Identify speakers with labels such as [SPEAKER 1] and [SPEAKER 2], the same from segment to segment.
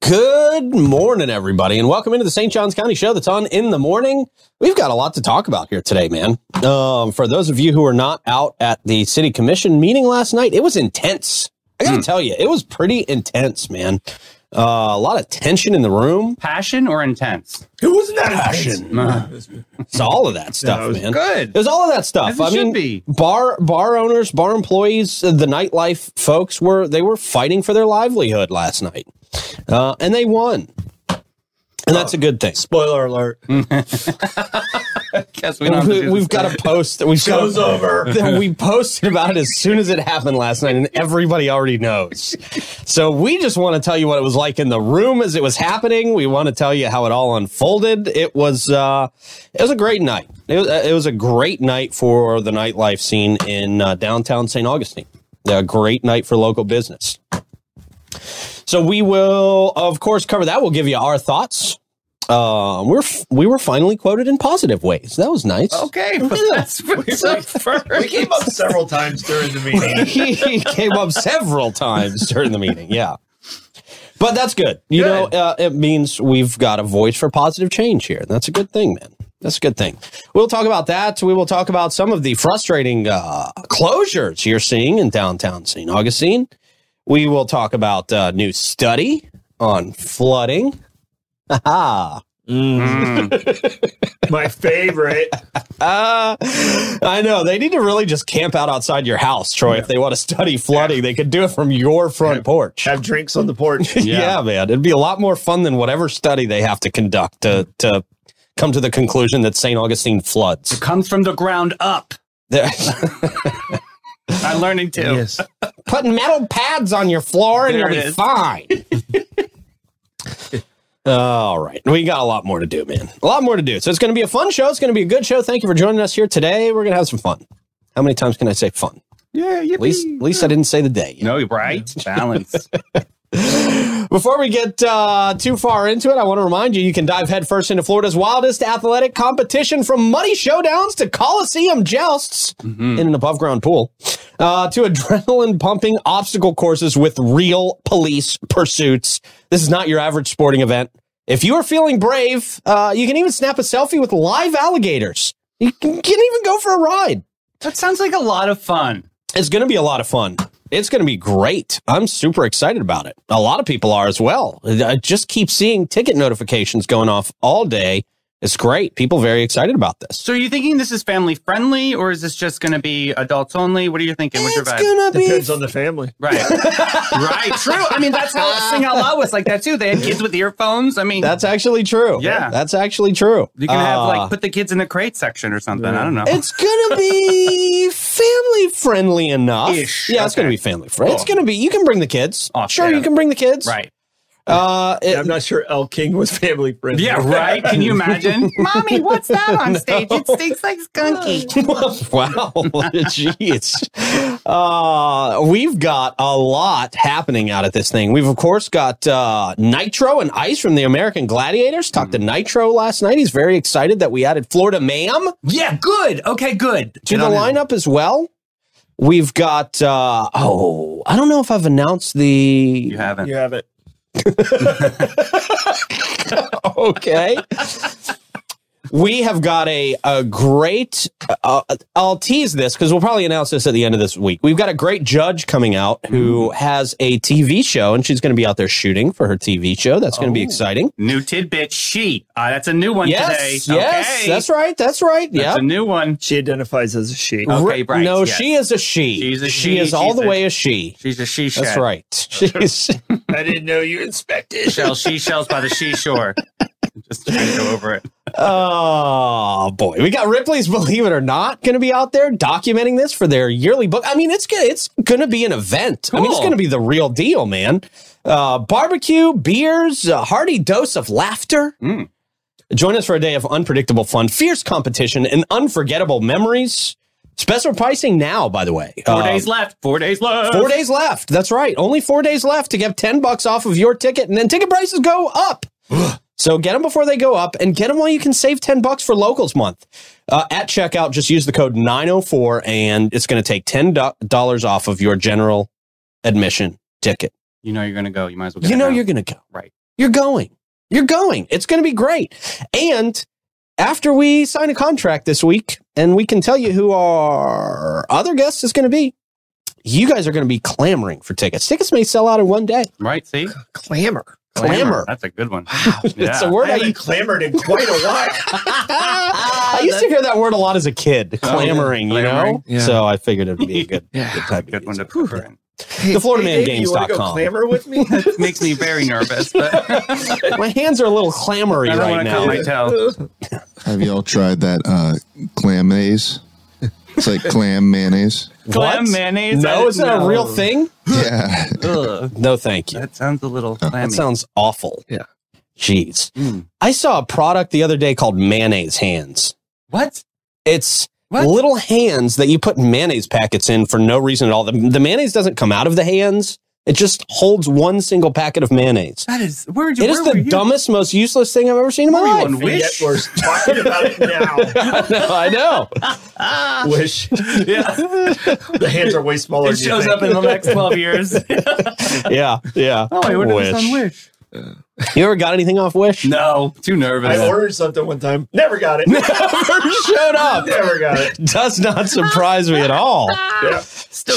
[SPEAKER 1] Good morning, everybody, and welcome into the St. Johns County Show that's on in the morning. We've got a lot to talk about here today, man. Um, for those of you who were not out at the city commission meeting last night, it was intense. I gotta tell you, it was pretty intense, man. Uh, a lot of tension in the room.
[SPEAKER 2] Passion or intense? Uh,
[SPEAKER 3] It was not
[SPEAKER 1] Passion. It's all of that stuff,
[SPEAKER 3] it was
[SPEAKER 1] man.
[SPEAKER 2] good.
[SPEAKER 1] It's all of that stuff.
[SPEAKER 2] As it
[SPEAKER 1] I mean,
[SPEAKER 2] should be.
[SPEAKER 1] bar bar owners, bar employees, uh, the nightlife folks were they were fighting for their livelihood last night, uh, and they won, and that's a good thing.
[SPEAKER 3] Spoiler alert.
[SPEAKER 2] Guess we don't have to
[SPEAKER 1] We,
[SPEAKER 2] do
[SPEAKER 1] we've
[SPEAKER 2] this.
[SPEAKER 1] got a post that we've
[SPEAKER 3] Show's
[SPEAKER 1] got
[SPEAKER 3] over.
[SPEAKER 1] that we posted about it as soon as it happened last night, and everybody already knows. So we just want to tell you what it was like in the room as it was happening. We want to tell you how it all unfolded. It was uh, it was a great night. It was, uh, it was a great night for the nightlife scene in uh, downtown St. Augustine. A great night for local business. So we will, of course, cover that. We'll give you our thoughts. Um, we're f- we were finally quoted in positive ways. That was nice.
[SPEAKER 2] Okay, but that's what's up first.
[SPEAKER 3] We came up several times during the meeting.
[SPEAKER 1] he came up several times during the meeting. Yeah. But that's good. You
[SPEAKER 3] Good.
[SPEAKER 1] know, uh, it means we've got a voice for positive change here. That's a good thing, man. That's a good thing. We'll talk about that. We will talk about some of the frustrating uh, closures you're seeing in downtown St. Augustine. We will talk about uh, new study on flooding. Haha.
[SPEAKER 2] Mm.
[SPEAKER 3] My favorite.
[SPEAKER 1] Uh, I know they need to really just camp out outside your house, Troy. If they want to study flooding, they could do it from your front porch.
[SPEAKER 3] Have drinks on the porch.
[SPEAKER 1] yeah. man. It'd be a lot more fun than whatever study they have to conduct to to come to the conclusion that St. Augustine floods.
[SPEAKER 2] Comes from the ground up.
[SPEAKER 1] They're
[SPEAKER 2] I'm learning too.
[SPEAKER 3] Yes.
[SPEAKER 1] putting metal pads on your floor and
[SPEAKER 2] There
[SPEAKER 1] you'll
[SPEAKER 2] it
[SPEAKER 1] be
[SPEAKER 2] is.
[SPEAKER 1] fine. All right. We got a lot more to do, man. A lot more to do. So it's going to be a fun show. It's going to be a good show. Thank you for joining us here today. We're going to have some fun. How many times can I say fun?
[SPEAKER 2] Yeah,
[SPEAKER 1] At least, at least I didn't say the day.
[SPEAKER 2] No, you're right. Balance.
[SPEAKER 1] Before we get uh, too far into it, I want to remind you you can dive headfirst into Florida's wildest athletic competition from muddy showdowns to Coliseum jousts in an above ground pool uh, to adrenaline pumping obstacle courses with real police pursuits. This is not your average sporting event. If you are feeling brave, uh, you can even snap a selfie with live alligators. You can, can even go for a ride.
[SPEAKER 2] that sounds like a lot of fun.
[SPEAKER 1] It's going to be a lot of fun. It's going to be great. I'm super excited about it. A lot of people are as well. I just keep seeing ticket notifications going off all day. It's great. People very excited about this.
[SPEAKER 2] So, are you thinking this is family friendly, or is this just going to be adults only? What are you thinking? What's your
[SPEAKER 1] It's
[SPEAKER 2] vibe?
[SPEAKER 1] gonna be
[SPEAKER 3] Depends on the family.
[SPEAKER 2] Right, right, true. I mean, that's how Sing Out Loud was like that too. They had kids with earphones. I mean,
[SPEAKER 1] That's actually true.
[SPEAKER 2] Yeah.
[SPEAKER 1] that's actually true.
[SPEAKER 2] you can have
[SPEAKER 1] Uh,
[SPEAKER 2] like put the kids in the crate section or something. I don't know.
[SPEAKER 1] it's gonna be family friendly enough.
[SPEAKER 2] Ish.
[SPEAKER 1] Yeah, it's
[SPEAKER 2] Okay.
[SPEAKER 1] gonna be family friendly. It's
[SPEAKER 2] Cool.
[SPEAKER 1] gonna be. You can bring the kids.
[SPEAKER 2] Oh,
[SPEAKER 1] sure,
[SPEAKER 2] yeah.
[SPEAKER 1] you can bring the kids.
[SPEAKER 2] right.
[SPEAKER 1] Uh, it-
[SPEAKER 3] I'm not sure El King was family friendly.
[SPEAKER 2] Yeah, right. Can you imagine? Mommy, what's that on stage? It stinks like skunky.
[SPEAKER 1] wow. Jeez. Uh, we've got a lot happening out at this thing. We've, of course, got uh, Nitro and Ice from the American Gladiators. Talked to Nitro last night. He's very excited that we added Florida Ma'am
[SPEAKER 2] Yeah, good. Okay, good.
[SPEAKER 1] to the lineup as well. We've got, uh, oh, I don't know if I've announced the.
[SPEAKER 2] You haven't.
[SPEAKER 3] You have it.
[SPEAKER 1] Okay. We have got a, a great, uh, I'll tease this because we'll probably announce this at the end of this week. We've got a great judge coming out who
[SPEAKER 2] Mm.
[SPEAKER 1] has a TV show and she's going to be out there shooting for her TV show. That's going to be
[SPEAKER 2] Oh.
[SPEAKER 1] exciting.
[SPEAKER 2] New tidbit, she. Uh, that's a new one
[SPEAKER 1] Yes.
[SPEAKER 2] today.
[SPEAKER 1] Yes.
[SPEAKER 2] Okay.
[SPEAKER 1] That's right. That's right.
[SPEAKER 2] That's
[SPEAKER 1] Yeah.
[SPEAKER 2] a new one.
[SPEAKER 3] She identifies as a
[SPEAKER 2] Okay,
[SPEAKER 3] she.
[SPEAKER 1] Right.
[SPEAKER 2] right,
[SPEAKER 1] No,
[SPEAKER 2] yes.
[SPEAKER 1] she is a she.
[SPEAKER 2] She's a
[SPEAKER 1] she
[SPEAKER 2] she,
[SPEAKER 1] is all
[SPEAKER 2] she's
[SPEAKER 1] the
[SPEAKER 2] a-
[SPEAKER 1] way a she.
[SPEAKER 2] She's a she
[SPEAKER 1] That's right. She's,
[SPEAKER 3] I didn't know you inspected.
[SPEAKER 2] Shell, she shells by the she shore. Just trying to go over it.
[SPEAKER 1] oh boy, we got Ripley's Believe It or Not going to be out there documenting this for their yearly book. I mean, it's gonna, it's going to be an event. I mean, it's
[SPEAKER 2] Cool.
[SPEAKER 1] going to be the real deal, man. Uh, barbecue, beers, a hearty dose of laughter.
[SPEAKER 2] Mm.
[SPEAKER 1] Join us for a day of unpredictable fun, fierce competition, and unforgettable memories. Special pricing now, by the way.
[SPEAKER 2] Four
[SPEAKER 1] Um,
[SPEAKER 2] days left. Four days left.
[SPEAKER 1] Four days left. That's right. Only four days left to get 10 bucks off of your ticket. And then ticket prices go up. so get them before they go up and get them while you can save 10 bucks for locals month. Uh, at checkout, just use the code 904 and it's going to take $10 off of your general admission ticket.
[SPEAKER 2] You know you're gonna go. You might as well. Get
[SPEAKER 1] You
[SPEAKER 2] it
[SPEAKER 1] know
[SPEAKER 2] now.
[SPEAKER 1] you're going to go.
[SPEAKER 2] Right.
[SPEAKER 1] You're going. You're going. It's going to be great. And after we sign a contract this week, and we can tell you who our other guest is going to be, you guys are going to be clamoring for tickets. Tickets may sell out in one day.
[SPEAKER 2] Right? See?
[SPEAKER 3] Clamor.
[SPEAKER 1] Clamor.
[SPEAKER 2] That's a good one.
[SPEAKER 1] It's
[SPEAKER 2] Yeah.
[SPEAKER 1] a word
[SPEAKER 3] I
[SPEAKER 1] I,
[SPEAKER 3] haven't clamored in quite a while.
[SPEAKER 1] I used to hear that word a lot as a kid,
[SPEAKER 2] Oh, yeah.
[SPEAKER 1] clamoring, you know?
[SPEAKER 2] Clamoring,
[SPEAKER 3] yeah.
[SPEAKER 1] So I figured it would be a good,
[SPEAKER 3] Yeah.
[SPEAKER 1] good time. to
[SPEAKER 2] Good one
[SPEAKER 1] use
[SPEAKER 2] to
[SPEAKER 1] it.
[SPEAKER 2] put her in.
[SPEAKER 1] The Florida Man
[SPEAKER 3] Dave, you wanna go
[SPEAKER 1] Games.com.
[SPEAKER 3] Clamor with me.
[SPEAKER 2] It makes me very nervous. But I
[SPEAKER 1] My hands are a little clamory
[SPEAKER 2] don't
[SPEAKER 1] right
[SPEAKER 2] want to cut
[SPEAKER 1] now.
[SPEAKER 2] my toe.
[SPEAKER 4] Have y'all tried that uh, clam maze? It's like clam mayonnaise.
[SPEAKER 2] Clam
[SPEAKER 1] What?
[SPEAKER 2] mayonnaise?
[SPEAKER 1] No, is that a
[SPEAKER 2] No.
[SPEAKER 1] real thing?
[SPEAKER 4] Yeah.
[SPEAKER 1] No, thank you.
[SPEAKER 2] That sounds a little clammy.
[SPEAKER 1] That sounds awful.
[SPEAKER 3] Yeah.
[SPEAKER 1] Jeez.
[SPEAKER 2] Mm.
[SPEAKER 1] I saw a product the other day called mayonnaise hands.
[SPEAKER 2] What?
[SPEAKER 1] It's
[SPEAKER 2] What?
[SPEAKER 1] little hands that you put mayonnaise packets in for no reason at all. The, the mayonnaise doesn't come out of the hands. It just holds one single packet of mayonnaise.
[SPEAKER 2] That is. Where'd you?
[SPEAKER 1] It is
[SPEAKER 2] where were
[SPEAKER 1] the
[SPEAKER 2] you?
[SPEAKER 1] dumbest, most useless thing I've ever seen in my
[SPEAKER 2] Where were
[SPEAKER 1] life.
[SPEAKER 2] you on
[SPEAKER 3] And yet we're talking about it now.
[SPEAKER 1] I know, I know.
[SPEAKER 3] Wish
[SPEAKER 2] Yeah.
[SPEAKER 3] the hands are way smaller.
[SPEAKER 2] it
[SPEAKER 3] than you
[SPEAKER 2] shows
[SPEAKER 3] think.
[SPEAKER 2] up in the next twelve years.
[SPEAKER 1] Yeah, yeah.
[SPEAKER 2] oh, I ordered this on Wish.
[SPEAKER 1] You ever got anything off Wish?
[SPEAKER 2] No, too nervous.
[SPEAKER 3] I ordered something one time. Never got it.
[SPEAKER 1] Never showed up.
[SPEAKER 3] Never got it.
[SPEAKER 1] Does not surprise me at all.
[SPEAKER 3] Yeah.
[SPEAKER 2] still,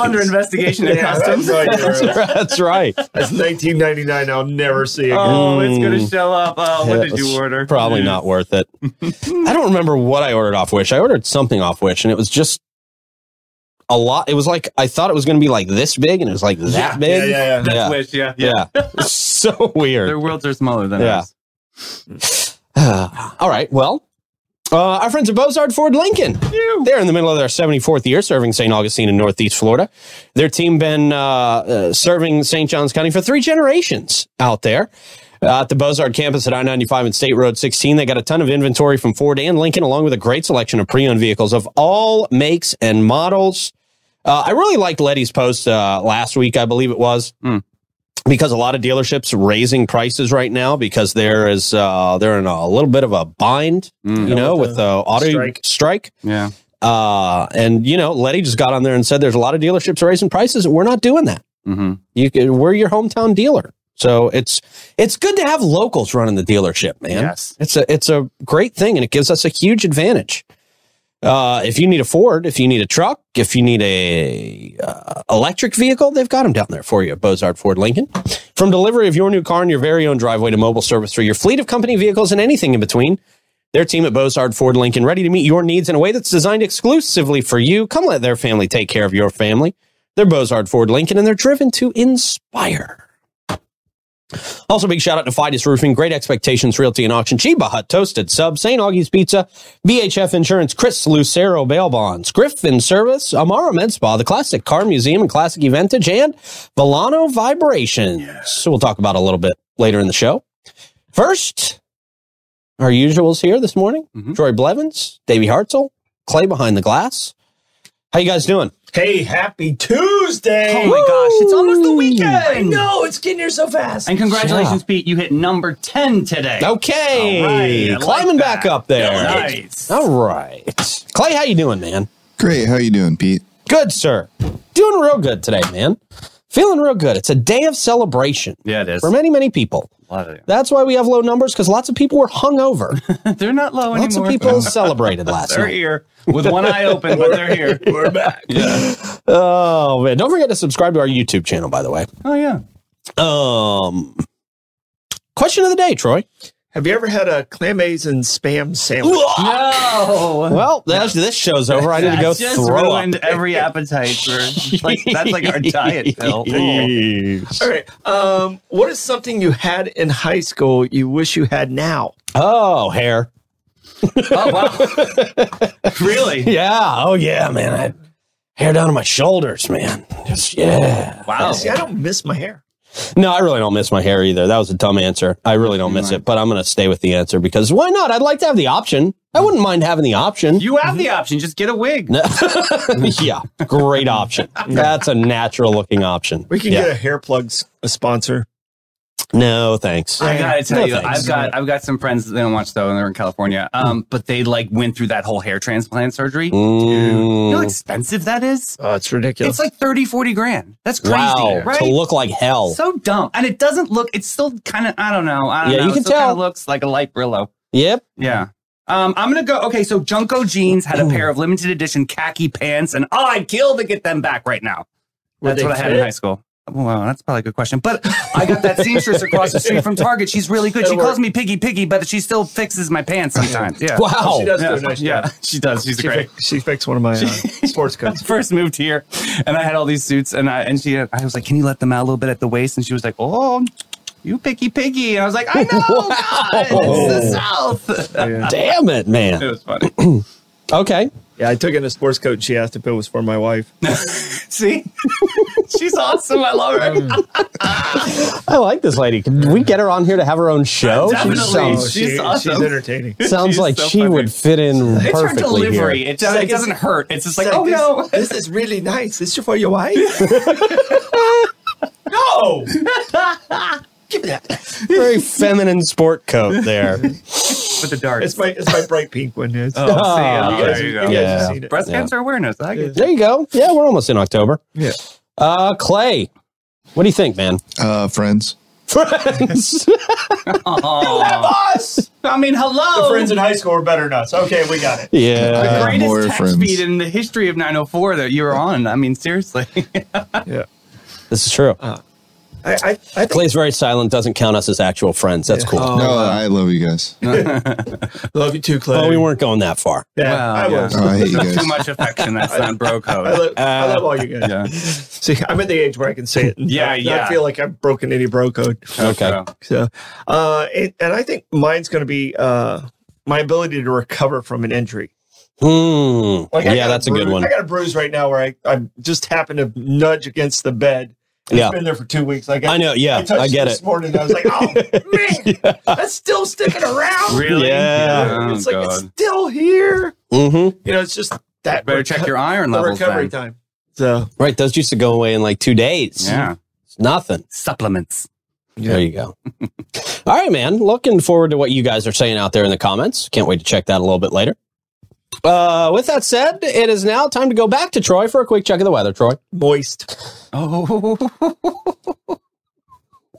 [SPEAKER 2] under investigation at
[SPEAKER 3] Yeah,
[SPEAKER 2] customs.
[SPEAKER 3] that's, right, Aaron.
[SPEAKER 1] That's right.
[SPEAKER 3] That's 1999. I'll never see again.
[SPEAKER 2] Oh, it's gonna
[SPEAKER 1] Mm.
[SPEAKER 2] show up. Oh, what
[SPEAKER 1] Yeah,
[SPEAKER 2] did
[SPEAKER 1] it's
[SPEAKER 2] you order?
[SPEAKER 1] Probably not worth it. I don't remember what I ordered off Wish. I ordered something off Wish, and it was just a lot. It was like I thought it was going to be like this big, and it was like that
[SPEAKER 2] Yeah,
[SPEAKER 1] big.
[SPEAKER 3] yeah, yeah,
[SPEAKER 2] That's
[SPEAKER 1] Yeah.
[SPEAKER 2] Wish. Yeah, yeah.
[SPEAKER 1] yeah. so
[SPEAKER 2] Their
[SPEAKER 1] weird.
[SPEAKER 2] worlds are smaller than
[SPEAKER 1] Yeah.
[SPEAKER 2] us.
[SPEAKER 1] All right. Well, uh, our friends at Bozard Ford Lincoln. They're in the middle of their 74th year serving St. Augustine in Northeast Florida. Their team been uh, uh, serving St. Johns County for three generations out there. Uh, at the Bozard campus at I 95 and State Road 16, they got a ton of inventory from Ford and Lincoln, along with a great selection of pre owned vehicles of all makes and models. Uh, I really liked Letty's post uh, last week, I believe it was because a lot of dealerships raising prices right now because there is uh they're in a little bit of a bind
[SPEAKER 2] Mm.
[SPEAKER 1] you know Mm-hmm. with the auto strike,
[SPEAKER 3] strike.
[SPEAKER 2] Yeah.
[SPEAKER 1] uh and you know letty just got on there and said there's a lot of dealerships raising prices and we're not doing that
[SPEAKER 2] Mm-hmm.
[SPEAKER 1] you can, we're your hometown dealer so it's it's good to have locals running the dealership man
[SPEAKER 2] Yes.
[SPEAKER 1] it's a it's a great thing, and it gives us a huge advantage. Uh, if you need a Ford, if you need a truck, if you need a uh, electric vehicle, they've got them down there for you. at Bozard Ford Lincoln. From delivery of your new car in your very own driveway to mobile service for your fleet of company vehicles and anything in between, their team at Bozard Ford Lincoln ready to meet your needs in a way that's designed exclusively for you. Come let their family take care of your family. They're Bozard Ford Lincoln, and they're driven to inspire. Also, big shout out to Fidus Roofing, Great Expectations Realty and Auction, Chiba Hut, Toasted Sub, St. Augie's Pizza, BHF Insurance, Chris Lucero Bail Bonds, Griffin Service, Amara Med Spa, the Classic Car Museum and Classic Eventage, and Volano Vibrations. So we'll talk about a little bit later in the show. First, our usuals here this morning:
[SPEAKER 2] Mhm.
[SPEAKER 1] Troy Blevins, Davey Hartzell, Clay behind the glass. How you guys doing?
[SPEAKER 3] Hey, happy Tuesday.
[SPEAKER 2] Oh my gosh, it's almost the
[SPEAKER 1] Woo!
[SPEAKER 3] I
[SPEAKER 2] weekend.
[SPEAKER 3] know it's getting here so fast.
[SPEAKER 2] And congratulations, Pete. You hit number ten today.
[SPEAKER 1] Okay,
[SPEAKER 2] All right, I
[SPEAKER 1] climbing
[SPEAKER 2] like
[SPEAKER 1] back
[SPEAKER 2] that.
[SPEAKER 1] up there.
[SPEAKER 2] Nice.
[SPEAKER 1] All right. Clay, how you doing, man?
[SPEAKER 4] Great. How you doing, Pete?
[SPEAKER 1] Good, sir. Doing real good today, man. Feeling real good. It's a day of celebration
[SPEAKER 2] Yeah, it is.
[SPEAKER 1] for many, many people. That's why we have low numbers because lots of people were hungover.
[SPEAKER 2] They're not low anymore.
[SPEAKER 1] Lots of people celebrated last
[SPEAKER 2] They're
[SPEAKER 1] night.
[SPEAKER 2] here with one eye open, but they're here.
[SPEAKER 3] We're back.
[SPEAKER 1] Oh man! Don't forget to subscribe to our YouTube channel, by the way.
[SPEAKER 2] Oh yeah.
[SPEAKER 1] Um, question of the day, Troy.
[SPEAKER 3] Have you ever had a clam maize and spam sandwich?
[SPEAKER 2] No.
[SPEAKER 1] Well, as this show's over, I need to go
[SPEAKER 2] That's just
[SPEAKER 1] throw up.
[SPEAKER 2] ruined every appetite for like that's like our diet Oh, pill.
[SPEAKER 3] All right. Um, what is something you had in high school you wish you had now?
[SPEAKER 1] Oh, hair.
[SPEAKER 2] Oh wow. really?
[SPEAKER 1] Yeah. Oh yeah, man. I had hair down to my shoulders, man. Just yeah.
[SPEAKER 2] Wow.
[SPEAKER 3] See, I don't miss my hair.
[SPEAKER 1] No, I really don't miss my hair either. That was a dumb answer. I really don't miss it, but I'm going to stay with the answer because why not? I'd like to have the option. I wouldn't mind having the option.
[SPEAKER 2] You have the option. Just get a wig.
[SPEAKER 1] yeah, great option. That's a natural looking option.
[SPEAKER 3] We can
[SPEAKER 1] yeah.
[SPEAKER 3] get a hair plug s- a sponsor.
[SPEAKER 1] No, thanks.
[SPEAKER 2] I gotta tell
[SPEAKER 1] No
[SPEAKER 2] you,
[SPEAKER 1] thanks.
[SPEAKER 2] I've got I've got some friends that they don't watch though, and they're in California. Um, but they like went through that whole hair transplant surgery. You know how
[SPEAKER 1] Mm.
[SPEAKER 2] expensive that is?
[SPEAKER 3] Oh, it's ridiculous.
[SPEAKER 2] It's like 30, 40 grand. That's crazy,
[SPEAKER 1] Wow,
[SPEAKER 2] right?
[SPEAKER 1] to look like hell.
[SPEAKER 2] so dumb, and it doesn't look. It's still kind of I don't know. I don't
[SPEAKER 1] Yeah,
[SPEAKER 2] know.
[SPEAKER 1] you
[SPEAKER 2] It
[SPEAKER 1] can
[SPEAKER 2] still kinda
[SPEAKER 1] tell.
[SPEAKER 2] looks like a light Brillo.
[SPEAKER 1] yep.
[SPEAKER 2] Yeah. Um, I'm gonna go. Okay, so Junko Jeans had a pair of limited edition khaki pants, and oh, I'd kill to get them back right now.
[SPEAKER 3] Were
[SPEAKER 2] that's
[SPEAKER 3] they
[SPEAKER 2] what I had in
[SPEAKER 3] fit?
[SPEAKER 2] high school. Wow, that's probably a good question. But I got that seamstress across the street from Target. She's really good. She
[SPEAKER 3] That'll
[SPEAKER 2] calls me Piggy Piggy, but she still fixes my pants sometimes. Yeah.
[SPEAKER 1] Wow.
[SPEAKER 3] she does
[SPEAKER 2] Yeah.
[SPEAKER 3] do a nice
[SPEAKER 2] Yeah.
[SPEAKER 3] job.
[SPEAKER 2] She does. She's
[SPEAKER 3] She,
[SPEAKER 2] great.
[SPEAKER 3] pick, she picks one of my uh, sports coats.
[SPEAKER 2] First moved here, and I had all these suits, and I and she, I was like, "Can you let them out a little bit at the waist?" And she was like, "Oh, you picky piggy," and I was like, "I know, God, it's the South."
[SPEAKER 3] Yeah.
[SPEAKER 1] Damn it,
[SPEAKER 2] it
[SPEAKER 1] man.
[SPEAKER 2] was funny.
[SPEAKER 1] Okay.
[SPEAKER 3] yeah, I took in a sports coat and she asked if it was for my wife.
[SPEAKER 2] See, she's awesome. I love her.
[SPEAKER 1] I like this lady. Can we get her on here to have her own show?
[SPEAKER 2] Definitely.
[SPEAKER 1] She sounds,
[SPEAKER 2] She's awesome.
[SPEAKER 3] She's entertaining.
[SPEAKER 1] sounds
[SPEAKER 2] She's
[SPEAKER 1] like
[SPEAKER 2] so
[SPEAKER 1] she
[SPEAKER 2] funny.
[SPEAKER 1] would fit in
[SPEAKER 2] It's her
[SPEAKER 1] perfectly
[SPEAKER 2] delivery.
[SPEAKER 1] here.
[SPEAKER 2] It, just, it doesn't hurt. It's just like, oh
[SPEAKER 3] this,
[SPEAKER 2] no,
[SPEAKER 3] this is really nice. This is for your wife? no! Give me that.
[SPEAKER 1] Very feminine sport coat there.
[SPEAKER 2] with the darts.
[SPEAKER 3] It's my it's my bright pink one. It's,
[SPEAKER 2] Oh,
[SPEAKER 1] Oh,
[SPEAKER 2] see, you guys,
[SPEAKER 3] there you
[SPEAKER 2] you
[SPEAKER 3] go.
[SPEAKER 2] guys
[SPEAKER 1] Yeah.
[SPEAKER 2] have seen it. Breast
[SPEAKER 1] Yeah.
[SPEAKER 2] cancer awareness. I get
[SPEAKER 1] There you go. Yeah, we're almost in October.
[SPEAKER 3] yeah.
[SPEAKER 1] Uh, Clay, what do you think, man?
[SPEAKER 4] Uh, friends.
[SPEAKER 1] Friends.
[SPEAKER 2] Aw.
[SPEAKER 3] Us!
[SPEAKER 2] I mean, hello.
[SPEAKER 3] The friends in high school are better than us. Okay, we got it.
[SPEAKER 1] yeah.
[SPEAKER 4] Uh,
[SPEAKER 2] the greatest
[SPEAKER 4] more
[SPEAKER 2] text
[SPEAKER 4] friends.
[SPEAKER 2] feed in the history of 904 that you were on. I mean, seriously.
[SPEAKER 3] Yeah.
[SPEAKER 1] This is true.
[SPEAKER 3] Uh, I, I, I think,
[SPEAKER 1] Clay's very silent, doesn't count us as actual friends. That's cool.
[SPEAKER 3] Oh,
[SPEAKER 4] no, I love you guys.
[SPEAKER 3] love you too, Clay.
[SPEAKER 1] Well, we weren't going that far.
[SPEAKER 3] Yeah,
[SPEAKER 2] Wow,
[SPEAKER 3] I,
[SPEAKER 2] yeah.
[SPEAKER 3] was.
[SPEAKER 4] Oh, I hate you
[SPEAKER 2] Too
[SPEAKER 4] guys.
[SPEAKER 2] much affection. That's not bro
[SPEAKER 3] I,
[SPEAKER 2] code.
[SPEAKER 3] love, I love all you guys.
[SPEAKER 2] Yeah.
[SPEAKER 3] See, I'm at the age where I can say it.
[SPEAKER 2] Yeah,
[SPEAKER 3] I,
[SPEAKER 2] yeah.
[SPEAKER 3] I feel like I've broken any bro code.
[SPEAKER 1] Okay.
[SPEAKER 2] So,
[SPEAKER 3] So, uh, it, and I think mine's going to be uh, my ability to recover from an injury.
[SPEAKER 1] Hmm.
[SPEAKER 3] Like, I
[SPEAKER 1] yeah,
[SPEAKER 3] got
[SPEAKER 1] that's a good
[SPEAKER 3] bruise-
[SPEAKER 1] one.
[SPEAKER 3] I got a bruise right now where I, I just happened to nudge against the bed. And
[SPEAKER 1] Yeah.
[SPEAKER 3] It's been there for two weeks. Like
[SPEAKER 1] I know, yeah,
[SPEAKER 3] touched
[SPEAKER 1] I get
[SPEAKER 3] This
[SPEAKER 1] it.
[SPEAKER 3] morning, and I was like, oh man, that's still sticking around.
[SPEAKER 2] Really?
[SPEAKER 1] Yeah.
[SPEAKER 2] Oh,
[SPEAKER 3] it's like it's
[SPEAKER 2] God.
[SPEAKER 3] still here.
[SPEAKER 1] Mm-hmm.
[SPEAKER 3] You know, it's just that
[SPEAKER 2] Better
[SPEAKER 3] reco-
[SPEAKER 2] check your iron
[SPEAKER 3] the
[SPEAKER 2] levels.
[SPEAKER 3] recovery
[SPEAKER 2] Then.
[SPEAKER 3] time. So
[SPEAKER 1] Right. Those used to go away in like two days.
[SPEAKER 2] Yeah.
[SPEAKER 1] It's nothing.
[SPEAKER 2] Supplements.
[SPEAKER 1] There you go. All right, man. Looking forward to what you guys are saying out there in the comments. Can't wait to check that a little bit later. Uh, with that said, it is now time to go back to Troy for a quick check of the weather. Troy.
[SPEAKER 3] moist.
[SPEAKER 2] Oh,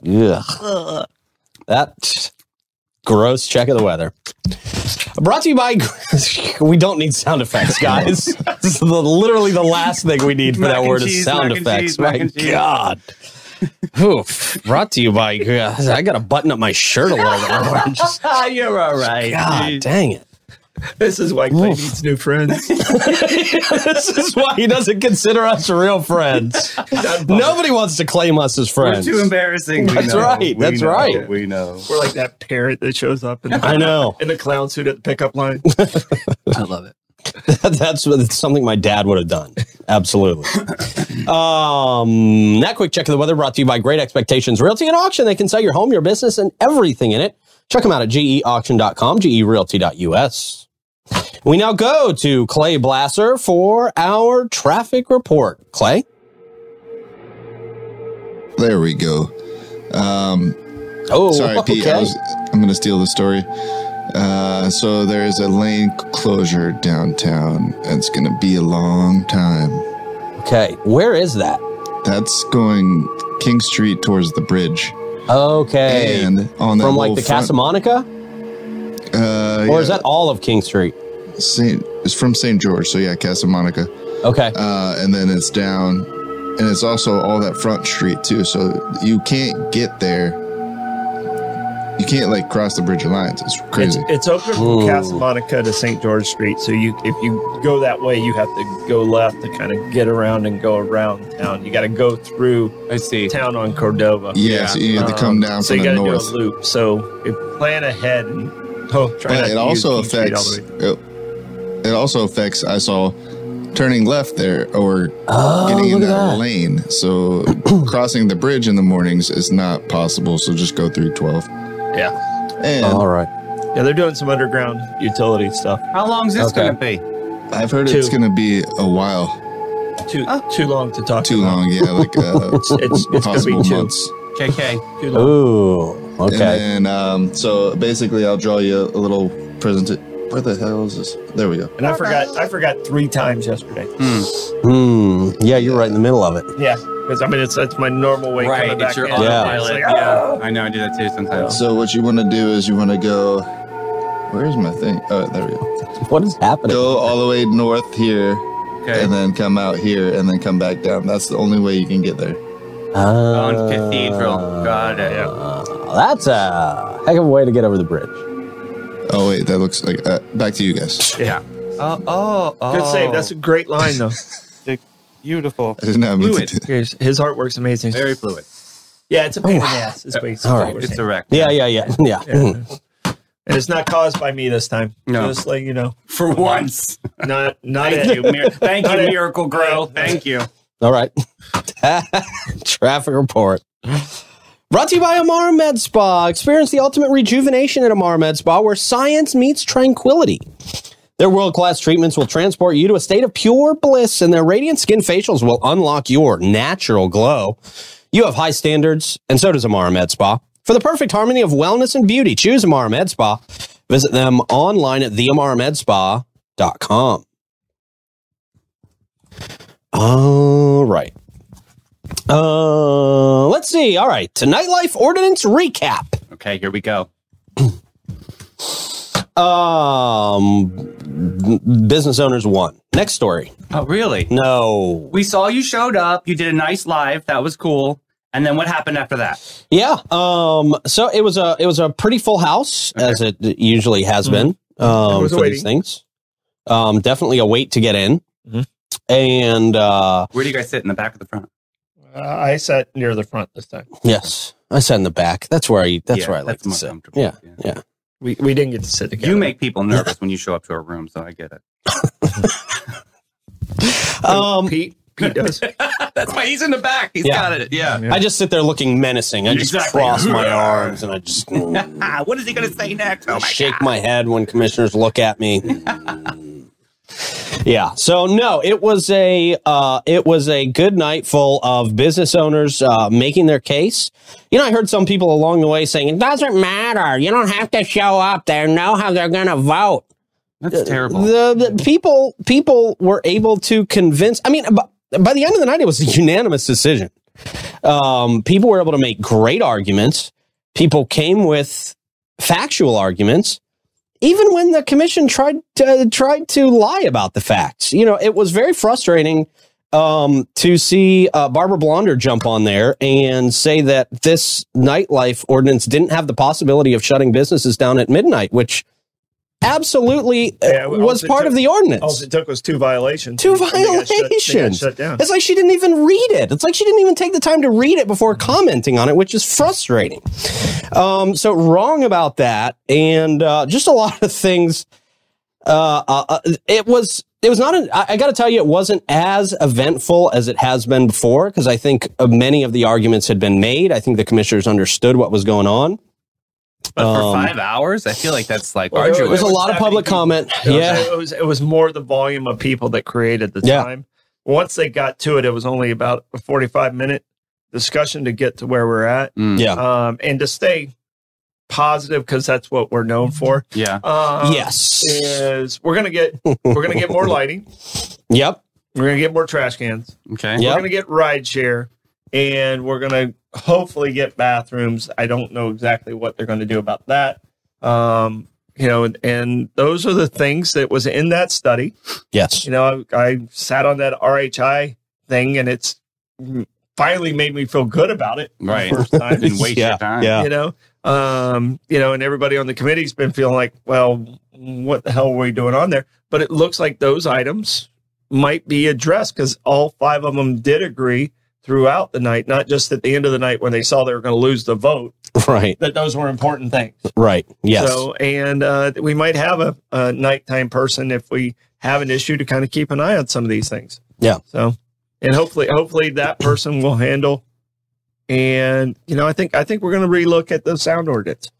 [SPEAKER 1] Yeah. That gross check of the weather. Brought to you by. we don't need sound effects, guys. this is the, literally the last thing we need for
[SPEAKER 2] Mac
[SPEAKER 1] that
[SPEAKER 2] and
[SPEAKER 1] word
[SPEAKER 2] cheese,
[SPEAKER 1] is sound
[SPEAKER 2] mac and
[SPEAKER 1] effects.
[SPEAKER 2] cheese, mac and
[SPEAKER 1] My
[SPEAKER 2] cheese.
[SPEAKER 1] God. Oof. Brought to you by. I got to button up my shirt a little bit. more. Just-
[SPEAKER 2] you're all right.
[SPEAKER 1] God dang it.
[SPEAKER 3] This is why Clay needs new friends.
[SPEAKER 1] this is why he doesn't consider us real friends. Nobody wants to claim us as
[SPEAKER 2] We're
[SPEAKER 1] friends.
[SPEAKER 2] too embarrassing. We
[SPEAKER 1] That's
[SPEAKER 2] know.
[SPEAKER 1] right,
[SPEAKER 2] We
[SPEAKER 1] that's
[SPEAKER 2] know.
[SPEAKER 1] right.
[SPEAKER 2] We know.
[SPEAKER 3] We're like that parrot that shows up in
[SPEAKER 1] I
[SPEAKER 3] the,
[SPEAKER 1] know.
[SPEAKER 3] in the clown suit at the pickup line.
[SPEAKER 2] I love it.
[SPEAKER 1] that's, what- that's something my dad would have done. Absolutely. um, that quick check of the weather brought to you by Great Expectations Realty and Auction. They can sell your home, your business, and everything in it. Check them out at geauction.com, gerealty.us. We now go to Clay Blasser for our traffic report. Clay?
[SPEAKER 4] There we go. Um,
[SPEAKER 1] Oh,
[SPEAKER 4] Sorry, Pete. I
[SPEAKER 1] okay.
[SPEAKER 4] was, I'm going to steal the story. Uh, so there's a lane closure downtown. It's going to be a long time.
[SPEAKER 1] okay. Where is that?
[SPEAKER 4] That's going King Street towards the bridge.
[SPEAKER 1] Okay.
[SPEAKER 4] And on that
[SPEAKER 1] From like
[SPEAKER 4] whole
[SPEAKER 1] the
[SPEAKER 4] front-
[SPEAKER 1] Casa Monica?
[SPEAKER 4] Uh,
[SPEAKER 1] Or is that all of King Street?
[SPEAKER 4] Saint, it's from St. George. So yeah, Casa Monica.
[SPEAKER 1] Okay.
[SPEAKER 4] Uh, and then it's down. And it's also all that front street too. So you can't get there. You can't like cross the bridge of lines. It's
[SPEAKER 3] It's,
[SPEAKER 4] crazy.
[SPEAKER 3] it's open
[SPEAKER 1] Ooh.
[SPEAKER 3] from Casa Monica to St. George Street. So you, if you go that way, you have to go left to kind of get around and go around town. You got to go through
[SPEAKER 2] I see.
[SPEAKER 3] town on Cordova.
[SPEAKER 4] yeah, so you have to come
[SPEAKER 3] Um,
[SPEAKER 4] down
[SPEAKER 3] so
[SPEAKER 4] from
[SPEAKER 3] you
[SPEAKER 4] the
[SPEAKER 3] gotta
[SPEAKER 4] north.
[SPEAKER 3] do a loop. So if plan ahead and oh, try not
[SPEAKER 4] but it
[SPEAKER 3] to use
[SPEAKER 4] also
[SPEAKER 3] King Street all
[SPEAKER 4] affects
[SPEAKER 3] the way.
[SPEAKER 4] it, it also affects i saw turning left there or
[SPEAKER 3] Oh,
[SPEAKER 4] getting in
[SPEAKER 1] look at
[SPEAKER 4] that,
[SPEAKER 1] that.
[SPEAKER 4] lane so crossing the bridge in the mornings is not possible so just go through 12
[SPEAKER 3] yeah,
[SPEAKER 4] and
[SPEAKER 1] all right.
[SPEAKER 3] yeah. They're doing some underground utility stuff.
[SPEAKER 2] How long is this
[SPEAKER 1] Okay.
[SPEAKER 2] going to be?
[SPEAKER 4] i've heard it's
[SPEAKER 3] Two.
[SPEAKER 4] going to be a while
[SPEAKER 3] Too too long to talk.
[SPEAKER 4] too
[SPEAKER 3] about.
[SPEAKER 4] long yeah like uh,
[SPEAKER 3] It's, it's gonna be
[SPEAKER 4] possible
[SPEAKER 3] two.
[SPEAKER 4] months
[SPEAKER 2] JK.
[SPEAKER 3] Too long.
[SPEAKER 1] Ooh. Okay.
[SPEAKER 4] And then, um, so basically, I'll draw you a little present. Where the hell is this? There we go.
[SPEAKER 3] And I forgot. I forgot three times yesterday.
[SPEAKER 1] Hmm. Yeah, you're right in the middle of it.
[SPEAKER 3] Yeah, because I mean it's that's my normal way. coming
[SPEAKER 2] Right,
[SPEAKER 3] back
[SPEAKER 2] it's "Oh." your
[SPEAKER 3] in.
[SPEAKER 2] autopilot.
[SPEAKER 3] It's
[SPEAKER 2] Yeah.
[SPEAKER 3] like, ah!
[SPEAKER 2] I know. I do that too sometimes.
[SPEAKER 4] So what you want to do is you want to go. Where's my thing? Oh, there we go.
[SPEAKER 1] What is happening?
[SPEAKER 4] Go all the way north here,
[SPEAKER 2] Okay.
[SPEAKER 4] and then come out here, and then come back down. That's the only way you can get there.
[SPEAKER 1] Uh,
[SPEAKER 2] On Cathedral. Got it.
[SPEAKER 1] that's a heck of a way to get over the bridge.
[SPEAKER 4] Oh wait, that looks like. Uh, back to you guys.
[SPEAKER 2] Yeah.
[SPEAKER 3] Uh,
[SPEAKER 2] Oh, oh, oh.
[SPEAKER 3] Good save. That's a great line though.
[SPEAKER 2] beautiful.
[SPEAKER 4] I didn't have
[SPEAKER 2] Fluid.
[SPEAKER 4] anything. To
[SPEAKER 3] Here's- His artwork's amazing.
[SPEAKER 2] Very fluid.
[SPEAKER 3] Yeah, it's a pain in the ass. Is basically
[SPEAKER 1] All
[SPEAKER 3] what
[SPEAKER 1] right.
[SPEAKER 3] we're
[SPEAKER 2] It's
[SPEAKER 3] saying.
[SPEAKER 2] direct.
[SPEAKER 1] Yeah, yeah, yeah, yeah. Mhm.
[SPEAKER 3] and it's not caused by me this time.
[SPEAKER 2] No.
[SPEAKER 3] just like you know,
[SPEAKER 2] For once.
[SPEAKER 3] not not
[SPEAKER 2] Thank you,
[SPEAKER 3] it.
[SPEAKER 2] Mir- thank you,
[SPEAKER 3] Not it.
[SPEAKER 2] Miracle Grow. Thank you.
[SPEAKER 1] All right. Traffic report. Brought to you by Amara Med Spa. Experience the ultimate rejuvenation at Amara Med Spa where science meets tranquility. Their world class treatments will transport you to a state of pure bliss, and their radiant skin facials will unlock your natural glow. You have high standards, and so does Amara Med Spa. For the perfect harmony of wellness and beauty, choose Amara Med Spa. Visit them online at theamaramedspa.com. All right. Uh, let's see. All right. To nightlife ordinance recap.
[SPEAKER 2] Okay, here we go.
[SPEAKER 1] Um, business owners won. Next story.
[SPEAKER 2] Oh, really?
[SPEAKER 1] No.
[SPEAKER 2] We saw you showed up. You did a nice live. That was cool. And then what happened after that?
[SPEAKER 1] Yeah. Um. So it was a it was a pretty full house as it usually has been.
[SPEAKER 3] There
[SPEAKER 1] Um.
[SPEAKER 3] was
[SPEAKER 1] For
[SPEAKER 3] waiting.
[SPEAKER 1] these things. Um. Definitely a wait to get in.
[SPEAKER 3] Mhm.
[SPEAKER 1] And uh,
[SPEAKER 2] Where do you guys sit in the back of the front?
[SPEAKER 3] Uh, I sat near the front this time.
[SPEAKER 1] yes, I sat in the back. That's where I. That's
[SPEAKER 2] Yeah,
[SPEAKER 1] where I like
[SPEAKER 2] that's
[SPEAKER 1] to
[SPEAKER 2] more
[SPEAKER 1] sit.
[SPEAKER 2] comfortable.
[SPEAKER 1] Yeah.
[SPEAKER 2] Yeah.
[SPEAKER 1] Yeah.
[SPEAKER 3] We we didn't get to sit together.
[SPEAKER 2] You make people nervous when you show up to a room, so I get it.
[SPEAKER 1] Um.
[SPEAKER 3] Pete. Pete does.
[SPEAKER 2] That's why he's in the back. He's
[SPEAKER 1] Yeah.
[SPEAKER 2] got it. Yeah.
[SPEAKER 1] I just sit there looking menacing. I just
[SPEAKER 2] Exactly.
[SPEAKER 1] cross my arms and I just
[SPEAKER 2] Ah, what is he going to say next? Oh my
[SPEAKER 1] shake
[SPEAKER 2] God.
[SPEAKER 1] my head when commissioners look at me. yeah. So no, it was a uh, it was a good night full of business owners uh, making their case. You know, I heard some people along the way saying it doesn't matter. You don't have to show up. They know how they're going to vote.
[SPEAKER 2] That's terrible.
[SPEAKER 1] The, the people people were able to convince. I mean, b- by the end of the night, it was a unanimous decision. Um, people were able to make great arguments. People came with factual arguments, even when the commission tried to, tried to lie about the facts. You know, it was very frustrating um, to see uh, Barbara Blonder jump on there and say that this nightlife ordinance didn't have the possibility of shutting businesses down at midnight, which absolutely uh,
[SPEAKER 3] Yeah, well,
[SPEAKER 1] was
[SPEAKER 3] it
[SPEAKER 1] part
[SPEAKER 3] took-
[SPEAKER 1] of the ordinance.
[SPEAKER 3] All it took was two violations.
[SPEAKER 1] Two
[SPEAKER 3] and they got shut- they got
[SPEAKER 1] violations.
[SPEAKER 3] Shut down.
[SPEAKER 1] It's like she didn't even read it. It's like she didn't even take the time to read it before commenting on it, which is frustrating. Um, so wrong about that, and uh, just a lot of things. Uh, uh, uh, it was it was not. An, I, I got to tell you, it wasn't as eventful as it has been before because I think uh, many of the arguments had been made. I think the commissioners understood what was going on.
[SPEAKER 2] but for
[SPEAKER 1] um,
[SPEAKER 2] five hours, I feel like that's like
[SPEAKER 3] Well,
[SPEAKER 2] arduous.
[SPEAKER 1] There was a lot of public comment.
[SPEAKER 3] It was-
[SPEAKER 1] Yeah,
[SPEAKER 3] it was it was more the volume of people that created the
[SPEAKER 1] Yeah.
[SPEAKER 3] time. Once they got to it, it was only about a forty-five minute discussion to get to where we're at,
[SPEAKER 2] Mm,
[SPEAKER 1] yeah,
[SPEAKER 3] um, and to stay positive because that's what we're known for.
[SPEAKER 2] yeah.
[SPEAKER 3] Um,
[SPEAKER 1] yes,
[SPEAKER 3] is we're gonna get we're gonna get more lighting.
[SPEAKER 1] yep,
[SPEAKER 3] We're gonna get more trash cans.
[SPEAKER 2] Okay.
[SPEAKER 1] Yeah.
[SPEAKER 3] We're gonna get ride share, and we're gonna hopefully get bathrooms. I don't know exactly what they're gonna do about that. Um, you know, and, and those are the things that was in that study.
[SPEAKER 1] yes,
[SPEAKER 3] You know, I, I sat on that RHI thing, and it's mm, finally made me feel good about it. for the
[SPEAKER 2] Right.
[SPEAKER 3] first time
[SPEAKER 2] Didn't waste
[SPEAKER 1] yeah,
[SPEAKER 2] your time.
[SPEAKER 1] yeah.
[SPEAKER 3] you know um you know and everybody on the committee's been feeling like well what the hell were we doing on there but it looks like those items might be addressed because all five of them did agree throughout the night not just at the end of the night when they saw they were going to lose the vote
[SPEAKER 1] right,
[SPEAKER 3] that those were important things
[SPEAKER 1] right, yes.
[SPEAKER 3] so and uh we might have a, a nighttime person if we have an issue to kind of keep an eye on some of these things
[SPEAKER 1] Yeah.
[SPEAKER 3] so and hopefully hopefully that person will handle and you know i think i think we're going to relook at the sound ordinance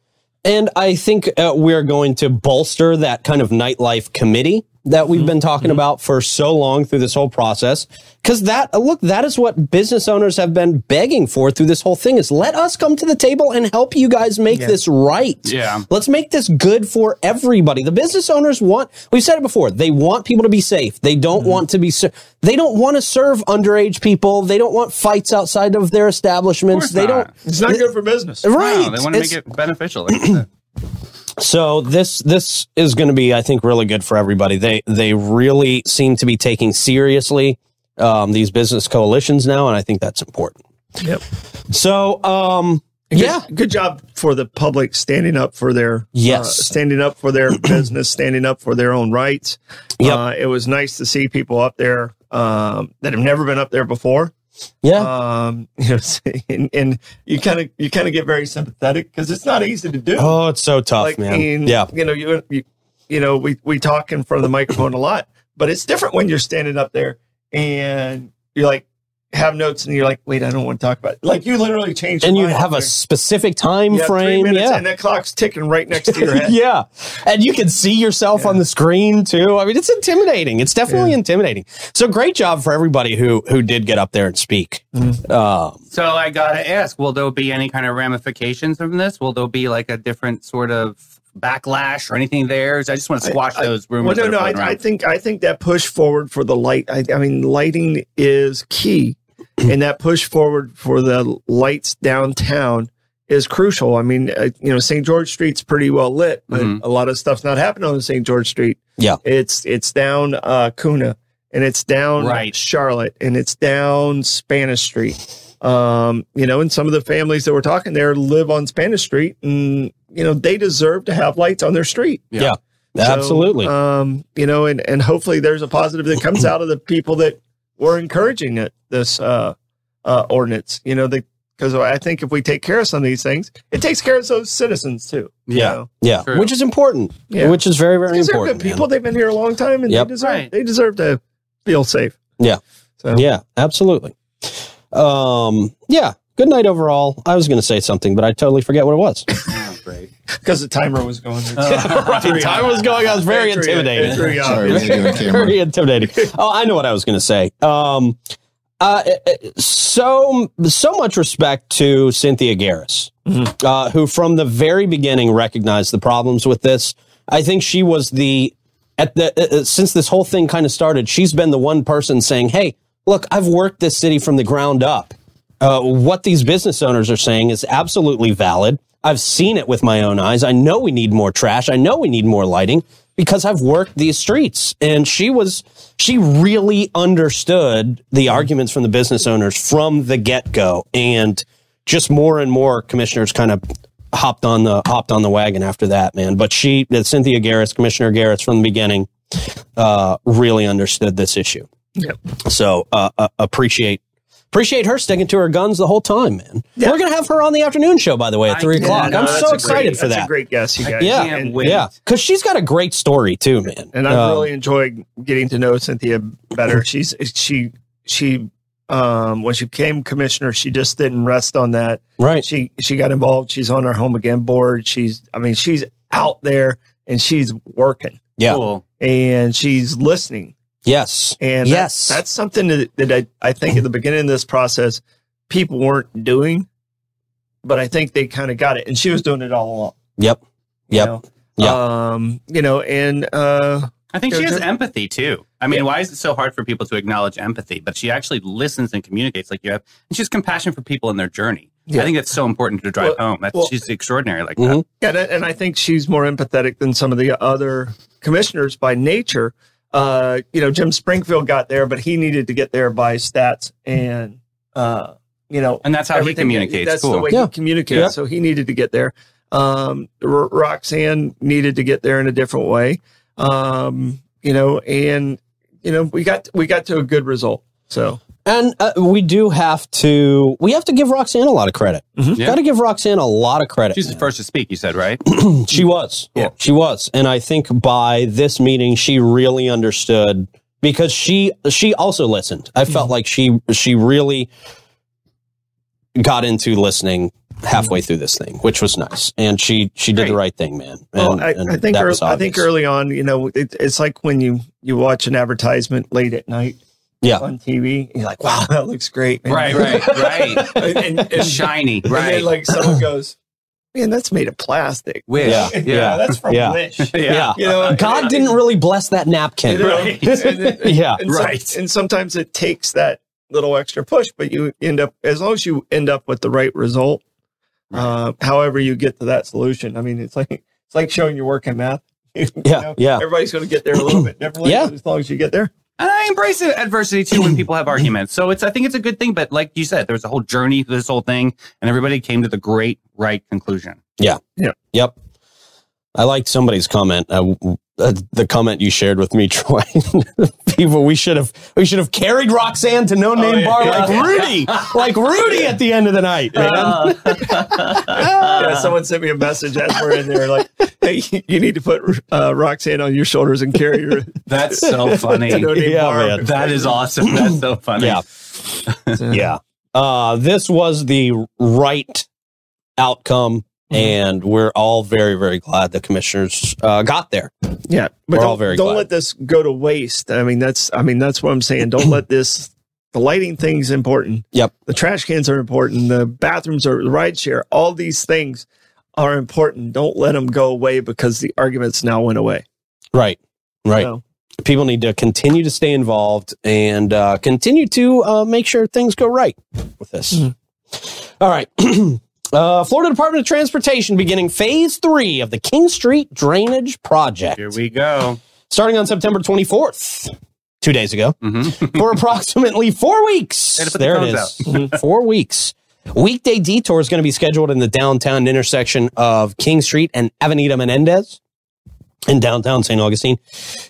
[SPEAKER 1] And I think uh, we're going to bolster that kind of nightlife committee that
[SPEAKER 2] Mm-hmm.
[SPEAKER 1] we've been talking about for so long through this whole process. Because that, uh, look, that is what business owners have been begging for through this whole thing is let us come to the table and help you guys make this right.
[SPEAKER 2] Yeah.
[SPEAKER 1] Let's make this good for everybody. The business owners want, we've said it before, they want people to be safe. They don't
[SPEAKER 2] Mm-hmm.
[SPEAKER 1] want to be, ser- they don't want to serve underage people. They don't want fights outside of their establishments.
[SPEAKER 2] course
[SPEAKER 1] they
[SPEAKER 2] not.
[SPEAKER 3] It's not good for business.
[SPEAKER 1] don't, right.
[SPEAKER 2] No, they want to
[SPEAKER 1] It's-
[SPEAKER 2] make it beneficial. Like you said.
[SPEAKER 1] so this this is going to be, I think, really good for everybody. They they really seem to be taking seriously um, these business coalitions now, and I think that's important.
[SPEAKER 3] Yep.
[SPEAKER 1] So um,
[SPEAKER 3] Good-
[SPEAKER 1] yeah,
[SPEAKER 3] Good job for the public standing up for their uh,
[SPEAKER 1] Yes.
[SPEAKER 3] standing up for their business, standing up for their own rights.
[SPEAKER 1] Yep.
[SPEAKER 3] Uh, it was nice to see people up there um, that have never been up there before.
[SPEAKER 1] yeah,
[SPEAKER 3] Um, you know, and, and you kind of you kind of get very sympathetic because it's not easy to do.
[SPEAKER 1] Oh, it's so tough,
[SPEAKER 3] like
[SPEAKER 1] man.
[SPEAKER 3] and,
[SPEAKER 1] yeah,
[SPEAKER 3] you know you, you you know we we talk in front of the microphone a lot but it's different when you're standing up there and you're like have notes and you're like wait i don't want to talk about it. like you literally change your
[SPEAKER 1] and you
[SPEAKER 3] mind
[SPEAKER 1] have
[SPEAKER 3] up
[SPEAKER 1] a
[SPEAKER 3] there.
[SPEAKER 1] specific time
[SPEAKER 3] You have three
[SPEAKER 1] frame.
[SPEAKER 3] minutes
[SPEAKER 1] Yeah,
[SPEAKER 3] and that clock's ticking right next to your head
[SPEAKER 1] yeah, and you can see yourself on the screen too. I mean, it's intimidating. It's definitely intimidating. So great job for everybody who who did get up there and speak.
[SPEAKER 3] Mm-hmm.
[SPEAKER 1] Um,
[SPEAKER 2] So I gotta ask: Will there be any kind of ramifications from this? Will there be like a different sort of backlash or anything there? I just want to squash
[SPEAKER 3] I-
[SPEAKER 2] those
[SPEAKER 3] Well,
[SPEAKER 2] rumors.
[SPEAKER 3] no,
[SPEAKER 2] that are
[SPEAKER 3] no. I,
[SPEAKER 2] floating around.
[SPEAKER 3] I think I think that push forward for the light. I, I mean, lighting is key, and that push forward for the lights downtown is crucial. I mean, uh, you know, St. George Street's pretty well lit, but
[SPEAKER 2] Mhm.
[SPEAKER 3] a lot of stuff's not happening on St. George Street.
[SPEAKER 1] Yeah.
[SPEAKER 3] it's it's down uh, Kuna, and it's down
[SPEAKER 2] Right.
[SPEAKER 3] Charlotte, and it's down Spanish Street. Um, you know, and some of the families that we're talking there live on Spanish Street, and you know they deserve to have lights on their street. So,
[SPEAKER 1] absolutely.
[SPEAKER 3] Um, you know, and and hopefully there's a positive that comes out of the people that were encouraging it, this uh, uh, ordinance. You know, because I think if we take care of some of these things, it takes care of those citizens too. you
[SPEAKER 2] Yeah.
[SPEAKER 3] know?
[SPEAKER 1] yeah,
[SPEAKER 2] True.
[SPEAKER 1] which is important.
[SPEAKER 3] Yeah.
[SPEAKER 1] Which is very very
[SPEAKER 3] 'Cause they're
[SPEAKER 1] important.
[SPEAKER 3] good
[SPEAKER 1] man.
[SPEAKER 3] people. They've been here a long time, and
[SPEAKER 1] Yep.
[SPEAKER 3] they deserve
[SPEAKER 2] Right.
[SPEAKER 3] they deserve to feel safe.
[SPEAKER 1] Yeah.
[SPEAKER 3] So
[SPEAKER 1] Yeah, absolutely. Um, yeah. Good night overall. I was going to say something, but I totally forget what it was.
[SPEAKER 2] Oh, great.
[SPEAKER 3] because the timer was going.
[SPEAKER 1] right. Time was going. I was very intimidating.
[SPEAKER 4] Sorry, we didn't get a camera.
[SPEAKER 1] Very intimidating. Oh, I know what I was going to say. Um, uh, so so much respect to Cynthia Garris,
[SPEAKER 3] Mhm.
[SPEAKER 1] uh, who from the very beginning recognized the problems with this. I think she was the at the uh, uh, since this whole thing kind of started, she's been the one person saying, "Hey, look, I've worked this city from the ground up. Uh, what these business owners are saying is absolutely valid. I've seen it with my own eyes. I know we need more trash. I know we need more lighting because I've worked these streets." And she was she really understood the arguments from the business owners from the get go, and just more and more commissioners kind of hopped on the hopped on the wagon after that, man. But she, that Cynthia Garris, Commissioner Garris, from the beginning, uh, really understood this issue.
[SPEAKER 3] Yep.
[SPEAKER 1] So uh, uh, appreciate appreciate her sticking to her guns the whole time, man.
[SPEAKER 3] Yeah.
[SPEAKER 1] We're gonna have her on the afternoon show, by the way, at
[SPEAKER 2] I-
[SPEAKER 1] three
[SPEAKER 2] yeah,
[SPEAKER 1] o'clock.
[SPEAKER 2] no,
[SPEAKER 1] I'm
[SPEAKER 2] that's
[SPEAKER 1] so
[SPEAKER 2] a
[SPEAKER 1] excited for
[SPEAKER 3] Oh, that's
[SPEAKER 1] that.
[SPEAKER 3] A great guess, you guys.
[SPEAKER 1] Yeah.
[SPEAKER 2] Can't
[SPEAKER 3] And-
[SPEAKER 2] wait.
[SPEAKER 1] Yeah, because she's got a great story too, man.
[SPEAKER 3] and I
[SPEAKER 1] Um,
[SPEAKER 3] really enjoyed getting to know Cynthia better. She's she she um when she became commissioner, she just didn't rest on that.
[SPEAKER 1] right.
[SPEAKER 3] She she got involved. She's on our home again board. She's I mean she's out there and she's working
[SPEAKER 1] Yeah.
[SPEAKER 2] Cool.
[SPEAKER 3] and she's listening.
[SPEAKER 1] Yes.
[SPEAKER 3] And that-
[SPEAKER 1] Yes.
[SPEAKER 3] that's something that, that I, I think at the beginning of this process, people weren't doing, but I think they kind of got it. And she was doing it all along.
[SPEAKER 1] Yep.
[SPEAKER 3] you
[SPEAKER 1] Yep.
[SPEAKER 3] know?
[SPEAKER 1] Yep.
[SPEAKER 3] Um, you know, and uh
[SPEAKER 2] I think she
[SPEAKER 3] Go
[SPEAKER 2] has
[SPEAKER 3] to-
[SPEAKER 2] empathy too. I mean, why is it so hard for people to acknowledge empathy? But she actually listens and communicates like you have, and she has compassion for people in their journey.
[SPEAKER 3] Yeah.
[SPEAKER 2] I think that's so important to drive home. That's,
[SPEAKER 3] well- Mm-hmm.
[SPEAKER 2] she's extraordinary like
[SPEAKER 1] Mhm.
[SPEAKER 2] that.
[SPEAKER 3] Yeah, and I- and I think she's more empathetic than some of the other commissioners by nature. Uh, you know, Jim Springfield got there, but he needed to get there by stats and uh, you know
[SPEAKER 2] And that's how he
[SPEAKER 3] everything-
[SPEAKER 2] communicates.
[SPEAKER 3] That's
[SPEAKER 2] cool.
[SPEAKER 3] the way
[SPEAKER 1] Yeah.
[SPEAKER 3] he communicates.
[SPEAKER 1] Yeah.
[SPEAKER 3] So he needed to get there. Um, R- Roxanne needed to get there in a different way. Um, you know, and you know we got we got to a good result. So
[SPEAKER 1] And uh, we do have to we have to give Roxanne a lot of credit.
[SPEAKER 3] Mm-hmm.
[SPEAKER 2] Yeah.
[SPEAKER 1] Got to give Roxanne a lot of credit.
[SPEAKER 2] She's the first to speak. You said right?
[SPEAKER 1] She was.
[SPEAKER 3] Yeah.
[SPEAKER 1] She was. And I think by this meeting she really understood because she she also
[SPEAKER 3] Mm-hmm.
[SPEAKER 1] listened. I felt like she she really got into listening halfway through this thing, which was nice. And she she did the
[SPEAKER 3] Great.
[SPEAKER 1] right thing, man.
[SPEAKER 3] Well,
[SPEAKER 1] And-
[SPEAKER 3] I,
[SPEAKER 1] and
[SPEAKER 3] I think
[SPEAKER 1] that
[SPEAKER 3] ear-
[SPEAKER 1] was
[SPEAKER 3] I think
[SPEAKER 1] obvious.
[SPEAKER 3] early on, you know, it, it's like when you you watch an advertisement late at night
[SPEAKER 1] Yeah.
[SPEAKER 3] on TV, and you're like, "Wow, that looks great!" man."
[SPEAKER 2] Right, right, right.
[SPEAKER 3] and, and, and,
[SPEAKER 2] It's shiny,
[SPEAKER 3] and
[SPEAKER 2] right?
[SPEAKER 3] then, like someone goes, "Man, that's made of plastic."
[SPEAKER 2] Wish.
[SPEAKER 1] Yeah.
[SPEAKER 2] Yeah.
[SPEAKER 3] that's from
[SPEAKER 1] Yeah.
[SPEAKER 3] Wish.
[SPEAKER 1] Yeah.
[SPEAKER 3] You know,
[SPEAKER 1] God didn't really bless that napkin.
[SPEAKER 3] You know, and- and-
[SPEAKER 1] yeah.
[SPEAKER 3] and some-
[SPEAKER 2] Right.
[SPEAKER 3] and sometimes it takes that little extra push, but you end up as long as you end up with the right result. Uh, however, you get to that solution. I mean, it's like it's like showing your work in math. You
[SPEAKER 1] Yeah,
[SPEAKER 3] know,
[SPEAKER 1] yeah.
[SPEAKER 3] Everybody's going to get there a little bit differently.
[SPEAKER 1] Yeah.
[SPEAKER 3] but as long as you get there.
[SPEAKER 2] And I embrace it- adversity too when people have arguments. So it's I think it's a good thing, but like you said, there was a whole journey through this whole thing, and everybody came to the great right conclusion.
[SPEAKER 1] Yep. I liked somebody's comment. Uh, w- uh, the comment you shared with me, Troy. People, we should have we should have carried Roxanne to no name
[SPEAKER 3] yeah,
[SPEAKER 1] bar
[SPEAKER 3] yeah.
[SPEAKER 1] like Rudy, like Rudy at the end of the night. man.
[SPEAKER 3] yeah, someone sent me a message as we're in there, like, "Hey, you need to put uh, Roxanne on your shoulders and carry her."
[SPEAKER 2] That's so funny.
[SPEAKER 3] to Notre Dame
[SPEAKER 1] Yeah,
[SPEAKER 3] bar."
[SPEAKER 1] man.
[SPEAKER 2] that is awesome. That's so funny.
[SPEAKER 1] Yeah. yeah. Uh, this was the right outcome, and we're all very, very glad the commissioners uh, got there.
[SPEAKER 3] Yeah, but
[SPEAKER 1] We're
[SPEAKER 3] don't,
[SPEAKER 1] all very
[SPEAKER 3] don't
[SPEAKER 1] glad.
[SPEAKER 3] let this go to waste. I mean, that's I mean that's what I'm saying. Don't let this. The lighting thing's important.
[SPEAKER 1] Yep.
[SPEAKER 3] The trash cans are important. The bathrooms are the ride share. All these things are important. Don't let them go away because the arguments now went away.
[SPEAKER 1] Right. Right.
[SPEAKER 3] So,
[SPEAKER 1] People need to continue to stay involved and uh, continue to uh, make sure things go right with this.
[SPEAKER 3] Mhm.
[SPEAKER 1] All right. uh, Florida Department of Transportation beginning phase three of the King Street Drainage Project
[SPEAKER 2] Here we go.
[SPEAKER 1] starting on September 24th, two days ago.
[SPEAKER 2] Mhm.
[SPEAKER 1] for approximately four weeks.
[SPEAKER 2] Had to put the
[SPEAKER 1] There it
[SPEAKER 2] cones Mm-hmm.
[SPEAKER 1] is. four weeks. Weekday detour is going to be scheduled in the downtown intersection of King Street and Avenida Menendez in downtown St. Augustine.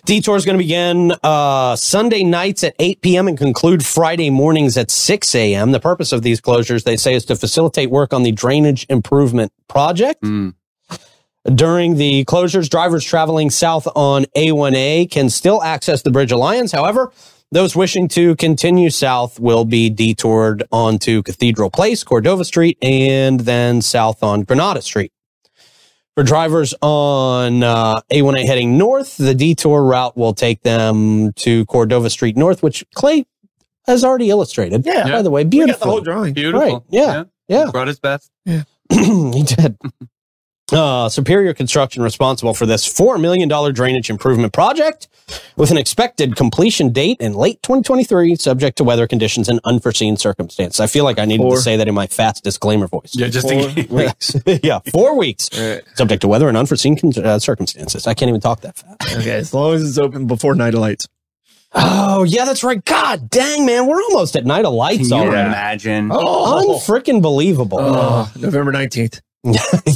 [SPEAKER 1] Detour is going to begin uh, Sunday nights at 8 p.m. and conclude Friday mornings at 6 a.m. The purpose of these closures, they say, is to facilitate work on the drainage improvement project.
[SPEAKER 2] Mm.
[SPEAKER 1] During the closures, drivers traveling south on A1A can still access the Bridge Alliance. However, those wishing to continue south will be detoured onto Cathedral Place, Cordova Street, and then south on Granada Street. For drivers on uh, A1A heading north, the detour route will take them to Cordova Street North, which Clay has already illustrated.
[SPEAKER 3] Yeah.
[SPEAKER 1] By the way,
[SPEAKER 3] we got the
[SPEAKER 1] beautiful.
[SPEAKER 3] whole drawing.
[SPEAKER 2] Beautiful.
[SPEAKER 1] Right. Yeah. Yeah.
[SPEAKER 2] Brought his best.
[SPEAKER 1] he did. Uh, Superior Construction responsible for this $4 million drainage improvement project with an expected completion date in late 2023, subject to weather conditions and unforeseen circumstances. I feel like I needed
[SPEAKER 3] Four.
[SPEAKER 1] to say that in my fast disclaimer voice.
[SPEAKER 2] Yeah. Just
[SPEAKER 3] Four weeks.
[SPEAKER 1] yeah, four weeks,
[SPEAKER 3] Right.
[SPEAKER 1] subject to weather and unforeseen con- uh, circumstances. I can't even talk that fast.
[SPEAKER 3] Okay, as long as it's open before night of lights.
[SPEAKER 1] Oh, yeah, that's right. God dang, man. We're almost at night of
[SPEAKER 2] Can
[SPEAKER 1] lights
[SPEAKER 2] you
[SPEAKER 1] already. Oh,
[SPEAKER 2] imagine?
[SPEAKER 1] Unfreaking believable.
[SPEAKER 3] Oh, November nineteenth.